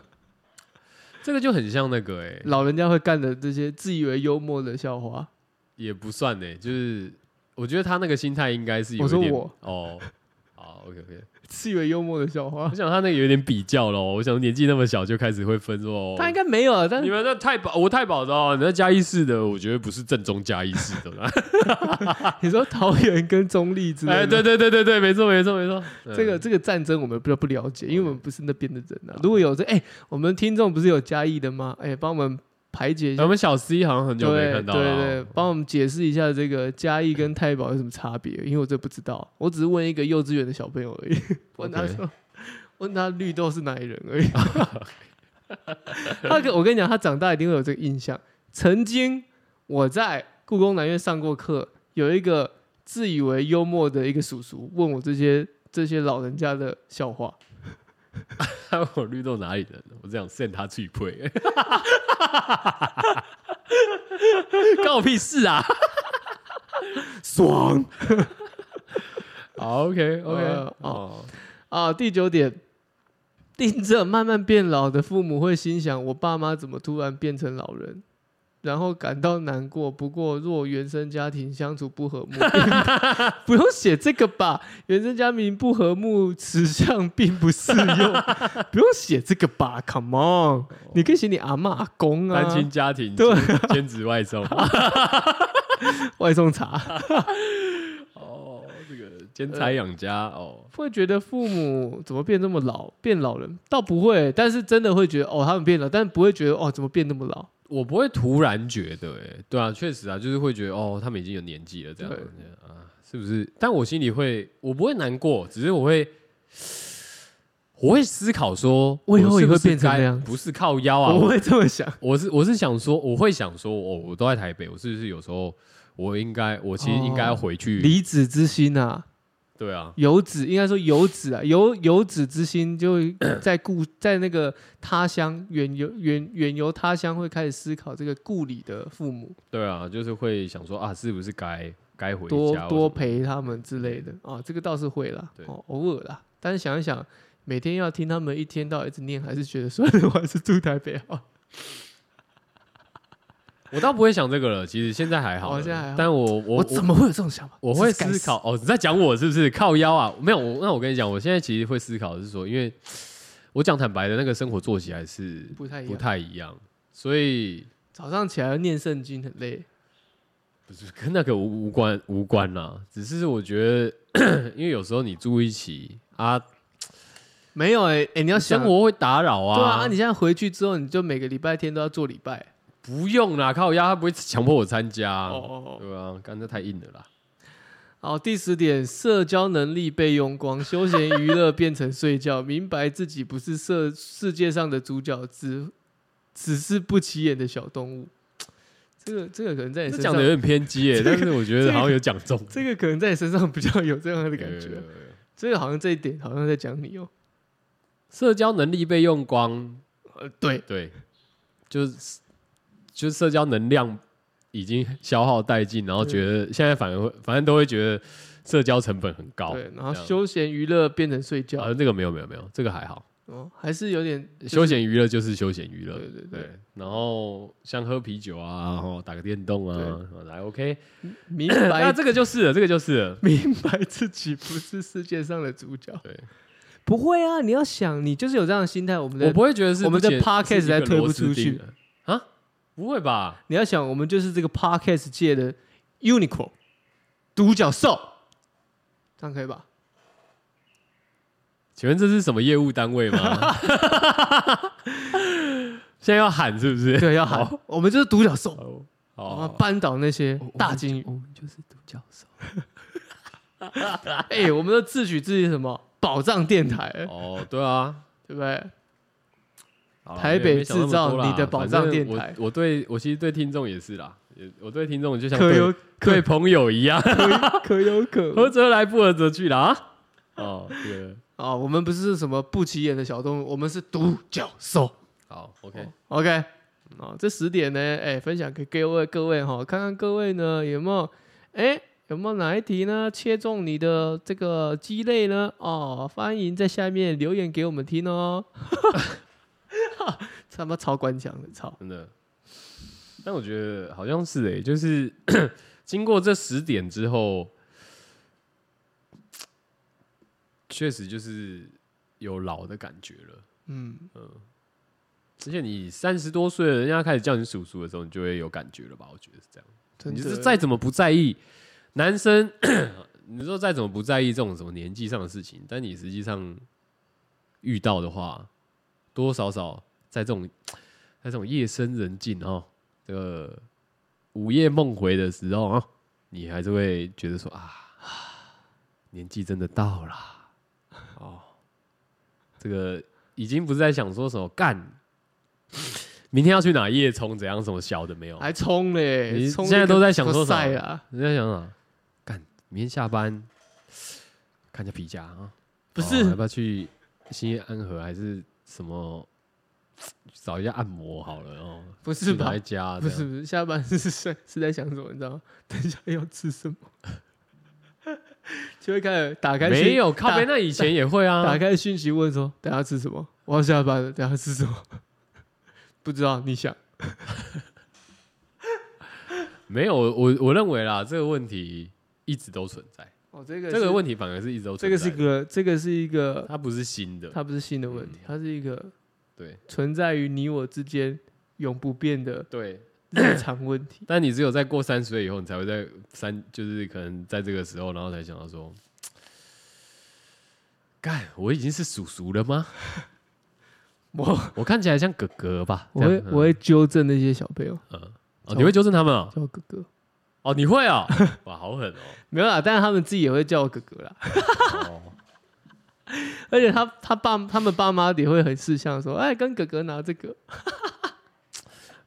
Speaker 1: 这个就很像那个哎、
Speaker 2: 老人家会干的这些自以为幽默的笑话。
Speaker 1: 也不算哎、就是我觉得他那个心态应该是有
Speaker 2: 我
Speaker 1: 一
Speaker 2: 说
Speaker 1: 点
Speaker 2: 我
Speaker 1: 哦，好，OK OK，
Speaker 2: 自以为幽默的笑话
Speaker 1: 我，想他那个有点比较咯，我想年纪那么小就开始会分说，哦
Speaker 2: 他应该没有啊，但
Speaker 1: 你
Speaker 2: 是
Speaker 1: 们那太保，我太保的哦，你那嘉义市的，我觉得不是正宗嘉义市的啦。
Speaker 2: 你说桃园跟中立 之类的，
Speaker 1: 哎，对对对对对，没错没错没错，嗯
Speaker 2: 这个这个战争我们比较不了解，因为我们不是那边的人啊。如果有这哎、我们听众不是有嘉义的吗？哎、帮我们排解一下
Speaker 1: 我。们小 C 好像很久没
Speaker 2: 对
Speaker 1: 看到
Speaker 2: 对
Speaker 1: 了啊，
Speaker 2: 对，帮我们解释一下这个嘉义跟太保有什么差别？因为我这不知道，我只是问一个幼稚园的小朋友而已， 问他说问他绿豆是哪里人 而已。 他跟我跟你讲，他长大一定会有这个印象。曾经我在故宫南院上过课，有一个自以为幽默的一个叔叔问我这些这些老人家的笑话，
Speaker 1: 他问我绿豆哪里人，我这样 send 他去配， 关我屁事啊！
Speaker 2: 爽
Speaker 1: 好，OK OK，
Speaker 2: 呃
Speaker 1: 哦，
Speaker 2: 啊！第九点，盯着慢慢变老的父母会心想：我爸妈怎么突然变成老人？然后感到难过。不过，若原生家庭相处不和睦， 不用写这个吧？原生家庭不和睦此项并不适用，不用写这个吧？Come on，你可以写你阿妈阿公啊，
Speaker 1: 单亲家庭
Speaker 2: 对哦
Speaker 1: 兼兼职外 送，
Speaker 2: 外送茶，
Speaker 1: 哦，这个兼差养家哦，
Speaker 2: 会觉得父母怎么变这么老？变老人倒不会，但是真的会觉得哦，他们变老，但是不会觉得哦，怎么变那么老？
Speaker 1: 我不会突然觉得，哎，对啊，确实啊，就是会觉得哦，他们已经有年纪了，这样
Speaker 2: 对
Speaker 1: 啊，是不是？但我心里会，我不会难过，只是我会。我会思考说，
Speaker 2: 我以后
Speaker 1: 是不
Speaker 2: 也会
Speaker 1: 是
Speaker 2: 变成
Speaker 1: 该
Speaker 2: 那样
Speaker 1: 不是靠腰啊，
Speaker 2: 我会这么想。
Speaker 1: 我是我是想说，我会想说，哦我、我都在台北，我是不是有时候我应该，我其实应该要回去？
Speaker 2: 离子之心啊，
Speaker 1: 对啊，
Speaker 2: 游子应该说游子啊，游游子之心就在 故在那个他乡远游远远游他乡，会开始思考这个故里的父母，
Speaker 1: 对啊，就是会想说啊，是不是该该回
Speaker 2: 多
Speaker 1: 家？
Speaker 2: 哦多。陪他们之类的啊，这个倒是会啦，
Speaker 1: 对
Speaker 2: 哦，偶尔啦。但是想一想，每天要听他们一天到晚一直念，还是觉得算 了，我还是住台北好。
Speaker 1: 我倒不会想这个了，其实现在还好了，
Speaker 2: 哦现在还好
Speaker 1: 但我我
Speaker 2: 我怎么会有这种想法？
Speaker 1: 我会
Speaker 2: 这是该
Speaker 1: 思考哦，你在讲我是不是靠腰啊？没有，我那我跟你讲，我现在其实会思考的是说，因为我讲坦白的，那个生活作息还是
Speaker 2: 死不太一
Speaker 1: 不
Speaker 2: 样。
Speaker 1: 太一样，所以
Speaker 2: 早上起来要念圣经很累，
Speaker 1: 不是跟那个无无关无关啦、只是我觉得， 因为有时候你住一起啊，
Speaker 2: 没有哎、欸、哎、你要想
Speaker 1: 生活会打扰啊，
Speaker 2: 对啊，啊你现在回去之后，你就每个礼拜天都要做礼拜。
Speaker 1: 不用啦，靠腰，他不会强迫我参加、
Speaker 2: 哦哦哦。
Speaker 1: 对啊，干这太硬了啦。
Speaker 2: 好，哦第十点，社交能力被用光，休闲娱乐变成睡觉，明白自己不是社世界上的主角，只只是不起眼的小动物。这个哎这个可能在你
Speaker 1: 这
Speaker 2: 身
Speaker 1: 讲
Speaker 2: 上
Speaker 1: 的，有点偏激、耶，但是我觉得好像有讲中
Speaker 2: 这个可能在你身上比较有这样的感觉。
Speaker 1: 有有有有
Speaker 2: 这个好像这一点好像在讲你哦。
Speaker 1: 社交能力被用光，
Speaker 2: 呃，对，
Speaker 1: 对，就是就是社交能量已经消耗殆尽，然后觉得现在反而会，反正都会觉得社交成本很高。
Speaker 2: 对，然后
Speaker 1: 这样
Speaker 2: 休闲娱乐变成睡觉，
Speaker 1: 啊，这个没有没有没有，这个还好，
Speaker 2: 哦，还是有点就是
Speaker 1: 休闲娱乐就是休闲娱乐
Speaker 2: 对。对对
Speaker 1: 对，，然后像喝啤酒啊，然后打个电动
Speaker 2: 对
Speaker 1: 啊，来 OK，
Speaker 2: 明
Speaker 1: 那
Speaker 2: 白
Speaker 1: 这个就是了，这个就是 了
Speaker 2: 明白自己不是世界上的主角。
Speaker 1: 对，
Speaker 2: 不会啊，你要想，你就是有这样的心态，我们
Speaker 1: 我
Speaker 2: 的
Speaker 1: 不会觉得是
Speaker 2: 我们的
Speaker 1: 不解
Speaker 2: podcast
Speaker 1: 是一
Speaker 2: 才
Speaker 1: 个
Speaker 2: 推
Speaker 1: 螺
Speaker 2: 不
Speaker 1: 丝
Speaker 2: 出去
Speaker 1: 钉的啊，不会吧？
Speaker 2: 你要想，我们就是这个 podcast 界的 Uniqlo 独角兽，这样可 以吧？
Speaker 1: 请问这是什么业务单位 吗？ 现在要喊是不是？
Speaker 2: 对，要喊，我们就是独角兽，
Speaker 1: 好，
Speaker 2: 我
Speaker 1: 好
Speaker 2: 们扳倒那些大金鱼。
Speaker 1: 哦我们就是独角兽。
Speaker 2: 哎、我们都自诩自己什么宝藏电台，
Speaker 1: 哦，对啊，
Speaker 2: 对不对？
Speaker 1: 好啦
Speaker 2: 台北
Speaker 1: 没想那么多啦
Speaker 2: 制造你的宝藏电台
Speaker 1: 反正我我对我其实对听众也是啦，也我对听众就像
Speaker 2: 可
Speaker 1: 对
Speaker 2: 有
Speaker 1: 对朋友一样，
Speaker 2: 可可有可无
Speaker 1: 合则来，不合则去啦。啊哦，这 个
Speaker 2: 啊！我们不是什么不起眼的小动物，我们是独角兽。
Speaker 1: 好，OK，
Speaker 2: OK，哦，这十点呢，哎，分享给各位各位哈、看看各位呢有没有，哎，有没有哪一题呢切中你的这个鸡肋呢？哦，欢迎在下面留言给我们听哦。 他妈超官腔的，操！
Speaker 1: 真的。但我觉得好像是哎、就是 经过这十点之后，确实就是有老的感觉了。
Speaker 2: 嗯，
Speaker 1: 而且你三十多岁了，人家开始叫你叔叔的时候，你就会有感觉了吧？我觉得是这样。
Speaker 2: 真
Speaker 1: 你
Speaker 2: 的
Speaker 1: 就是再怎么不在意，男生， 你说再怎么不在意这种什么年纪上的事情，但你实际上遇到的话，多多少少在这种在这种夜深人静哦，这个午夜梦回的时候啊、哦，你还是会觉得说啊， 年纪真的到了哦，这个已经不是在想说什么干。明天要去哪夜冲？怎样？什么小的没有？
Speaker 2: 还冲嘞，
Speaker 1: 你
Speaker 2: 冲
Speaker 1: 现在
Speaker 2: 那个
Speaker 1: 都在想说啥
Speaker 2: 赛啊？
Speaker 1: 你在想啥？干，明天下班看一下皮夹啊？
Speaker 2: 不
Speaker 1: 哦要
Speaker 2: 是
Speaker 1: 不要去新安和还是什么？找一下按摩好了哦，
Speaker 2: 不是吧
Speaker 1: 来家
Speaker 2: 不是不是，下班是是是在想什么？你知道吗？等一下要吃什么？ 就会开始打开
Speaker 1: 没
Speaker 2: 讯
Speaker 1: 有靠
Speaker 2: 打
Speaker 1: 背，那以前也会
Speaker 2: 打
Speaker 1: 啊。
Speaker 2: 开讯息问说：“等下吃什么？我要下班了，等下吃什么？” 不知道，你想
Speaker 1: 没有，我我认为啦，这个问题一直都存在，
Speaker 2: 哦，这个
Speaker 1: 这个
Speaker 2: 是
Speaker 1: 问题反而是一直都
Speaker 2: 这
Speaker 1: 存在的。
Speaker 2: 个是一个这个是一个，
Speaker 1: 它不是新的，
Speaker 2: 它不是新的问题，它是一个
Speaker 1: 对
Speaker 2: 存在于你我之间永不变的
Speaker 1: 对。。
Speaker 2: 日常问题
Speaker 1: 但你只有在过三十岁以后，你才会在三，就是可能在这个时候，然后才想到说，干，我已经是叔叔了吗？
Speaker 2: 我
Speaker 1: 我看起来像哥哥吧？
Speaker 2: 我
Speaker 1: 这
Speaker 2: 会
Speaker 1: 样嗯
Speaker 2: 我会纠正那些小朋友，
Speaker 1: 哦，你会纠正他们哦？
Speaker 2: 叫我哥哥，
Speaker 1: 哦，你会 哦？哇，好狠哦！
Speaker 2: 没有啦，但是他们自己也会叫我哥哥啦。
Speaker 1: 哦，
Speaker 2: 而且他他爸他们爸妈也会很识相说：“哎，跟哥哥拿这个。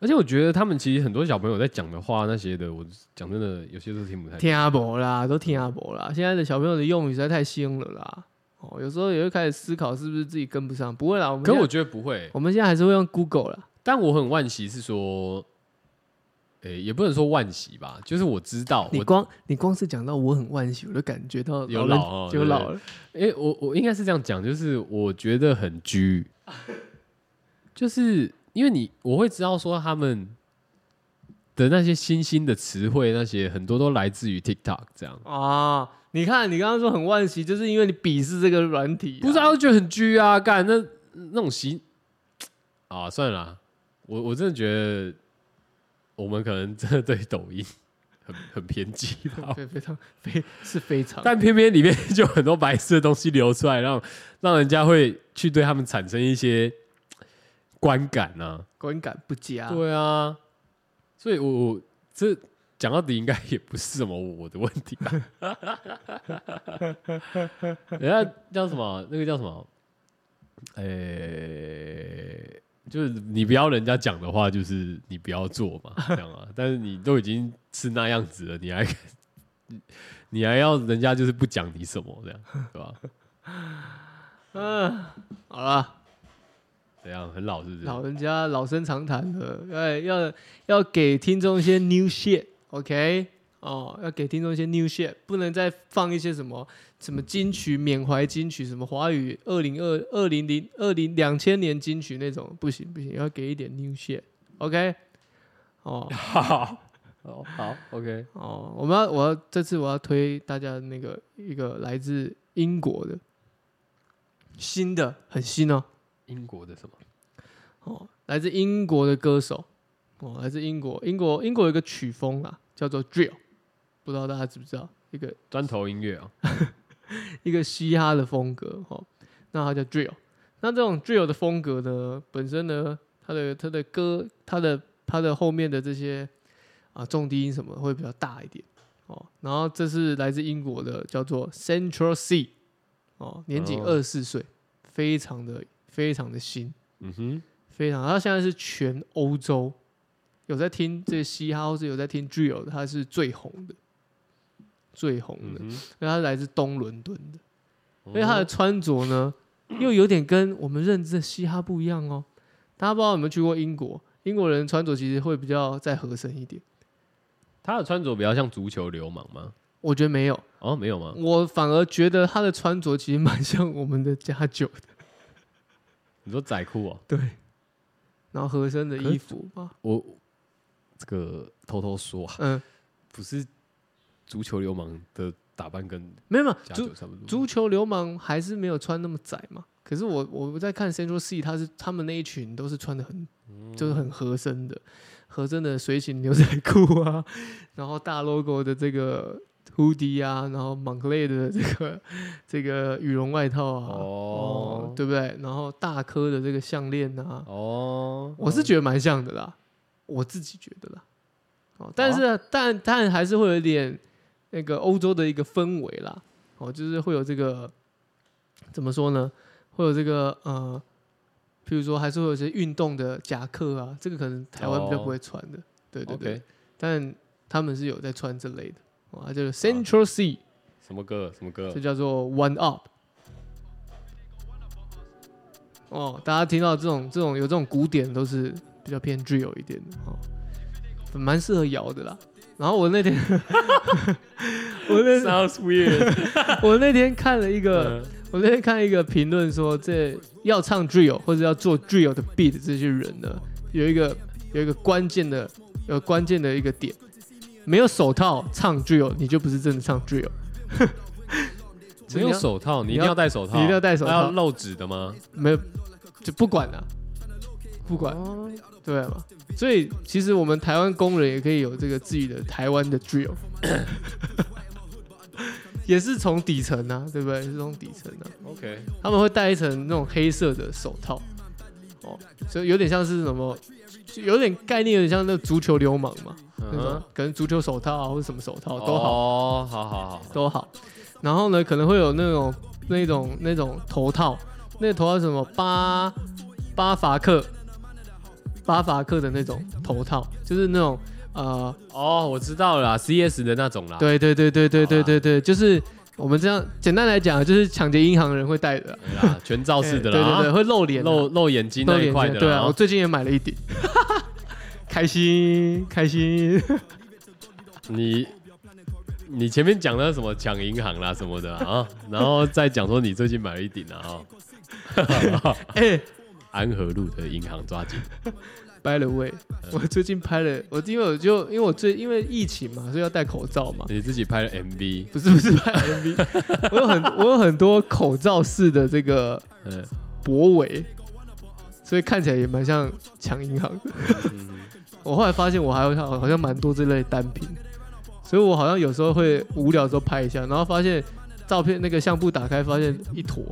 Speaker 1: 而且我觉得他们其实很多小朋友在讲的话那些的，我讲真的有些都听不”太懂。
Speaker 2: 听阿伯啦，都听阿伯啦。现在的小朋友的用语实在太新了啦。哦，有时候也会开始思考是不是自己跟不上。不会啦，我们
Speaker 1: 可
Speaker 2: 现在
Speaker 1: 我觉得不会，
Speaker 2: 我们现在还是会用 Google 啦。
Speaker 1: 但我很惋惜是说，诶、也不能说万喜吧，就是我知道，
Speaker 2: 你
Speaker 1: 哦我
Speaker 2: 光你光是讲到我很惋惜，我就感觉到
Speaker 1: 有
Speaker 2: 人
Speaker 1: 老哦
Speaker 2: 就
Speaker 1: 对
Speaker 2: 老了。
Speaker 1: 诶、我我应该是这样讲，就是我觉得很拘，就是因为你我会知道说他们的那些新兴的词汇，那些很多都来自于 TikTok 这样。
Speaker 2: 啊！你看，你刚刚说很惋惜，就是因为你鄙视这个软体、
Speaker 1: 不是啊，我觉得很拘啊，干那那种习啊，算了啦，我我真的觉得我们可能真的对抖音 很很偏激吧，
Speaker 2: 非非常非是非常，
Speaker 1: 但偏偏里面就很多白色的东西流出来，让让人家会去对他们产生一些观感啊，
Speaker 2: 观感不佳。
Speaker 1: 对啊，所以我我这讲到底应该也不是什么我的问题吧， 人家叫什么那个叫什么，呃、就是你不要人家讲的话，就是你不要做嘛， 这样啊。但是你都已经是那样子了，你还 你还要人家就是不讲你什么这样，对吧？
Speaker 2: 嗯，好了，
Speaker 1: 怎样很老是不是？
Speaker 2: 老人家老生常谈了，哎，要要给听众一些 new shit，OK？、哦，要给听众一些 new shit，不能再放一些什么什么金曲、缅怀金曲、什么华语二零二二零零二零两千年金曲那种，不行不行，要给一点 new shit，OK？、哦，
Speaker 1: 好，好好，OK，
Speaker 2: 哦，我们要，我要这次我要推大家那个一个来自英国的新的，很新哦，
Speaker 1: 英国的什么？
Speaker 2: 哦，来自英国的歌手，哦，来自英国，英国英国有一个曲风啊，叫做 drill，不知道大家知不知道，一个
Speaker 1: 砖头音乐啊。
Speaker 2: 一个嘻哈的风格哦，那它叫 drill。那这种 drill 的风格呢，本身呢，它的它的歌，它的它的后面的这些啊重低音什么会比较大一点哦。然后这是来自英国的，叫做 Central C 哦，年仅
Speaker 1: 哦
Speaker 2: 二十四岁，非常的非常的新，
Speaker 1: 嗯哼，
Speaker 2: 非常。他现在是全欧洲有在听这些嘻哈，或是有在听 drill，的他是最红的，最红的。
Speaker 1: 嗯哦
Speaker 2: 因为他是来自东伦敦的。
Speaker 1: 哼，
Speaker 2: 因为他的穿着呢，又有点跟我们认知的嘻哈不一样哦。大家不知道有没有去过英国？英国人穿着其实会比较再合身一点，
Speaker 1: 他的穿着比较像足球流氓吗？
Speaker 2: 我觉得没有，
Speaker 1: 哦，没有吗？
Speaker 2: 我反而觉得他的穿着其实蛮 像我们的家酒的，
Speaker 1: 你说仔裤哦？
Speaker 2: 对。然后合身的
Speaker 1: 可是
Speaker 2: 衣服嘛，
Speaker 1: 我这个偷偷说啊，
Speaker 2: 嗯，
Speaker 1: 不是足球流氓的打扮跟
Speaker 2: 没有没有，
Speaker 1: 加
Speaker 2: 足
Speaker 1: 九差不多。
Speaker 2: 足球流氓还是没有穿那么窄嘛。可是我我在看 Central C，他是他们那一群都是穿的很就是很合身的，合身的随行牛仔裤啊， 然后大 logo 的这个 hoodie 啊，然后 Moncler 的这个这个羽绒外套啊，
Speaker 1: 哦
Speaker 2: 对不对？然后大颗的这个项链啊，
Speaker 1: 哦，
Speaker 2: 我是觉得蛮像的啦，我自己觉得啦。哦，但是、但但还是会有一点那个欧洲的一个氛围啦。哦，就是会有这个怎么说呢？会有这个呃，譬如说还是会有一些运动的夹克啊，这个可能台湾比较不会穿的。对对对
Speaker 1: OK，
Speaker 2: 但他们是有在穿这类的。哦，它就是 Central C，、
Speaker 1: 什么歌？什么歌
Speaker 2: 这？叫做 One Up。哦，大家听到这种这种有这种古典都是比较偏 drill 一点的哦，蛮适合摇的啦。然后我那天， 我那
Speaker 1: Sounds weird。
Speaker 2: 我那天看了一个，
Speaker 1: 啊嗯
Speaker 2: 我那天看一个评论说，这要唱 drill 或者要做 drill 的 beat 这些人呢，有一个有一个关键的有关键的一个点，没有手套唱 drill，你就不是真的唱 drill。
Speaker 1: 没有手套，你一定要戴手套，
Speaker 2: 你一定要戴手套
Speaker 1: 那要露指的吗？
Speaker 2: 没有，就不管了、不管，
Speaker 1: 哦
Speaker 2: 对嘛？所以其实我们台湾工人也可以有这个自己的台湾 的 drill，也是从底层啊，对不对？是从底层啊，
Speaker 1: OK，
Speaker 2: 他们会戴一层那种黑色的手套，哦，所以有点像是什么，就有点概念，有点像那足球流氓嘛，
Speaker 1: 嗯
Speaker 2: 那种
Speaker 1: 哼，
Speaker 2: 可能足球手套啊或者什么手套都好，
Speaker 1: 哦，好好好，
Speaker 2: 都好。然后呢，可能会有那种那种那种头套，那个头套是什么巴巴伐克巴伐克的那种头套，就是那种呃，
Speaker 1: 哦，我知道了啦，CS 的那种啦。
Speaker 2: 对对对对对对对对，就是我们这样简单来讲，就是抢劫银行的人会戴的啦，
Speaker 1: 对啦，全哦罩式的
Speaker 2: 哎对对
Speaker 1: 啦
Speaker 2: 对，，会露脸啊，
Speaker 1: 露露眼睛
Speaker 2: 露
Speaker 1: 那一
Speaker 2: 眼
Speaker 1: 块
Speaker 2: 睛
Speaker 1: 的哦
Speaker 2: 对啊，
Speaker 1: 啦
Speaker 2: 我。最近也买了一顶， 开心开心，
Speaker 1: 你你前面讲的什么抢银行啦什么的啊， 然后再讲说你最近买了一顶啊，啊
Speaker 2: 哎、
Speaker 1: 安和路的银行抓紧，
Speaker 2: by the way，我最近拍了，我因为我就因为我最因为疫情嘛，所以要戴口罩嘛。
Speaker 1: 你自己拍了 MV，
Speaker 2: 不是不是拍 MV，我有很我有很多口罩式的这个
Speaker 1: 嗯，
Speaker 2: 脖围，所以看起来也蛮像抢银行的。
Speaker 1: 嗯
Speaker 2: 我后来发现我还有好像蛮多这类单品，所以我好像有时候会无聊的时候拍一下，然后发现照片那个相簿打开，发现一坨，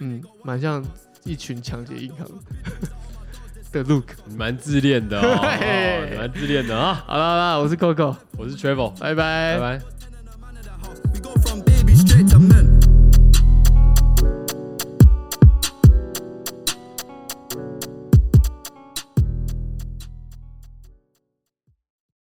Speaker 2: 嗯，蛮像一群抢劫银行的 look。
Speaker 1: 你蛮自恋的哦，哦你蛮自恋的啊！
Speaker 2: 好啦好啦，我是 Coco，
Speaker 1: 我是 Travel，
Speaker 2: 拜
Speaker 1: 拜拜。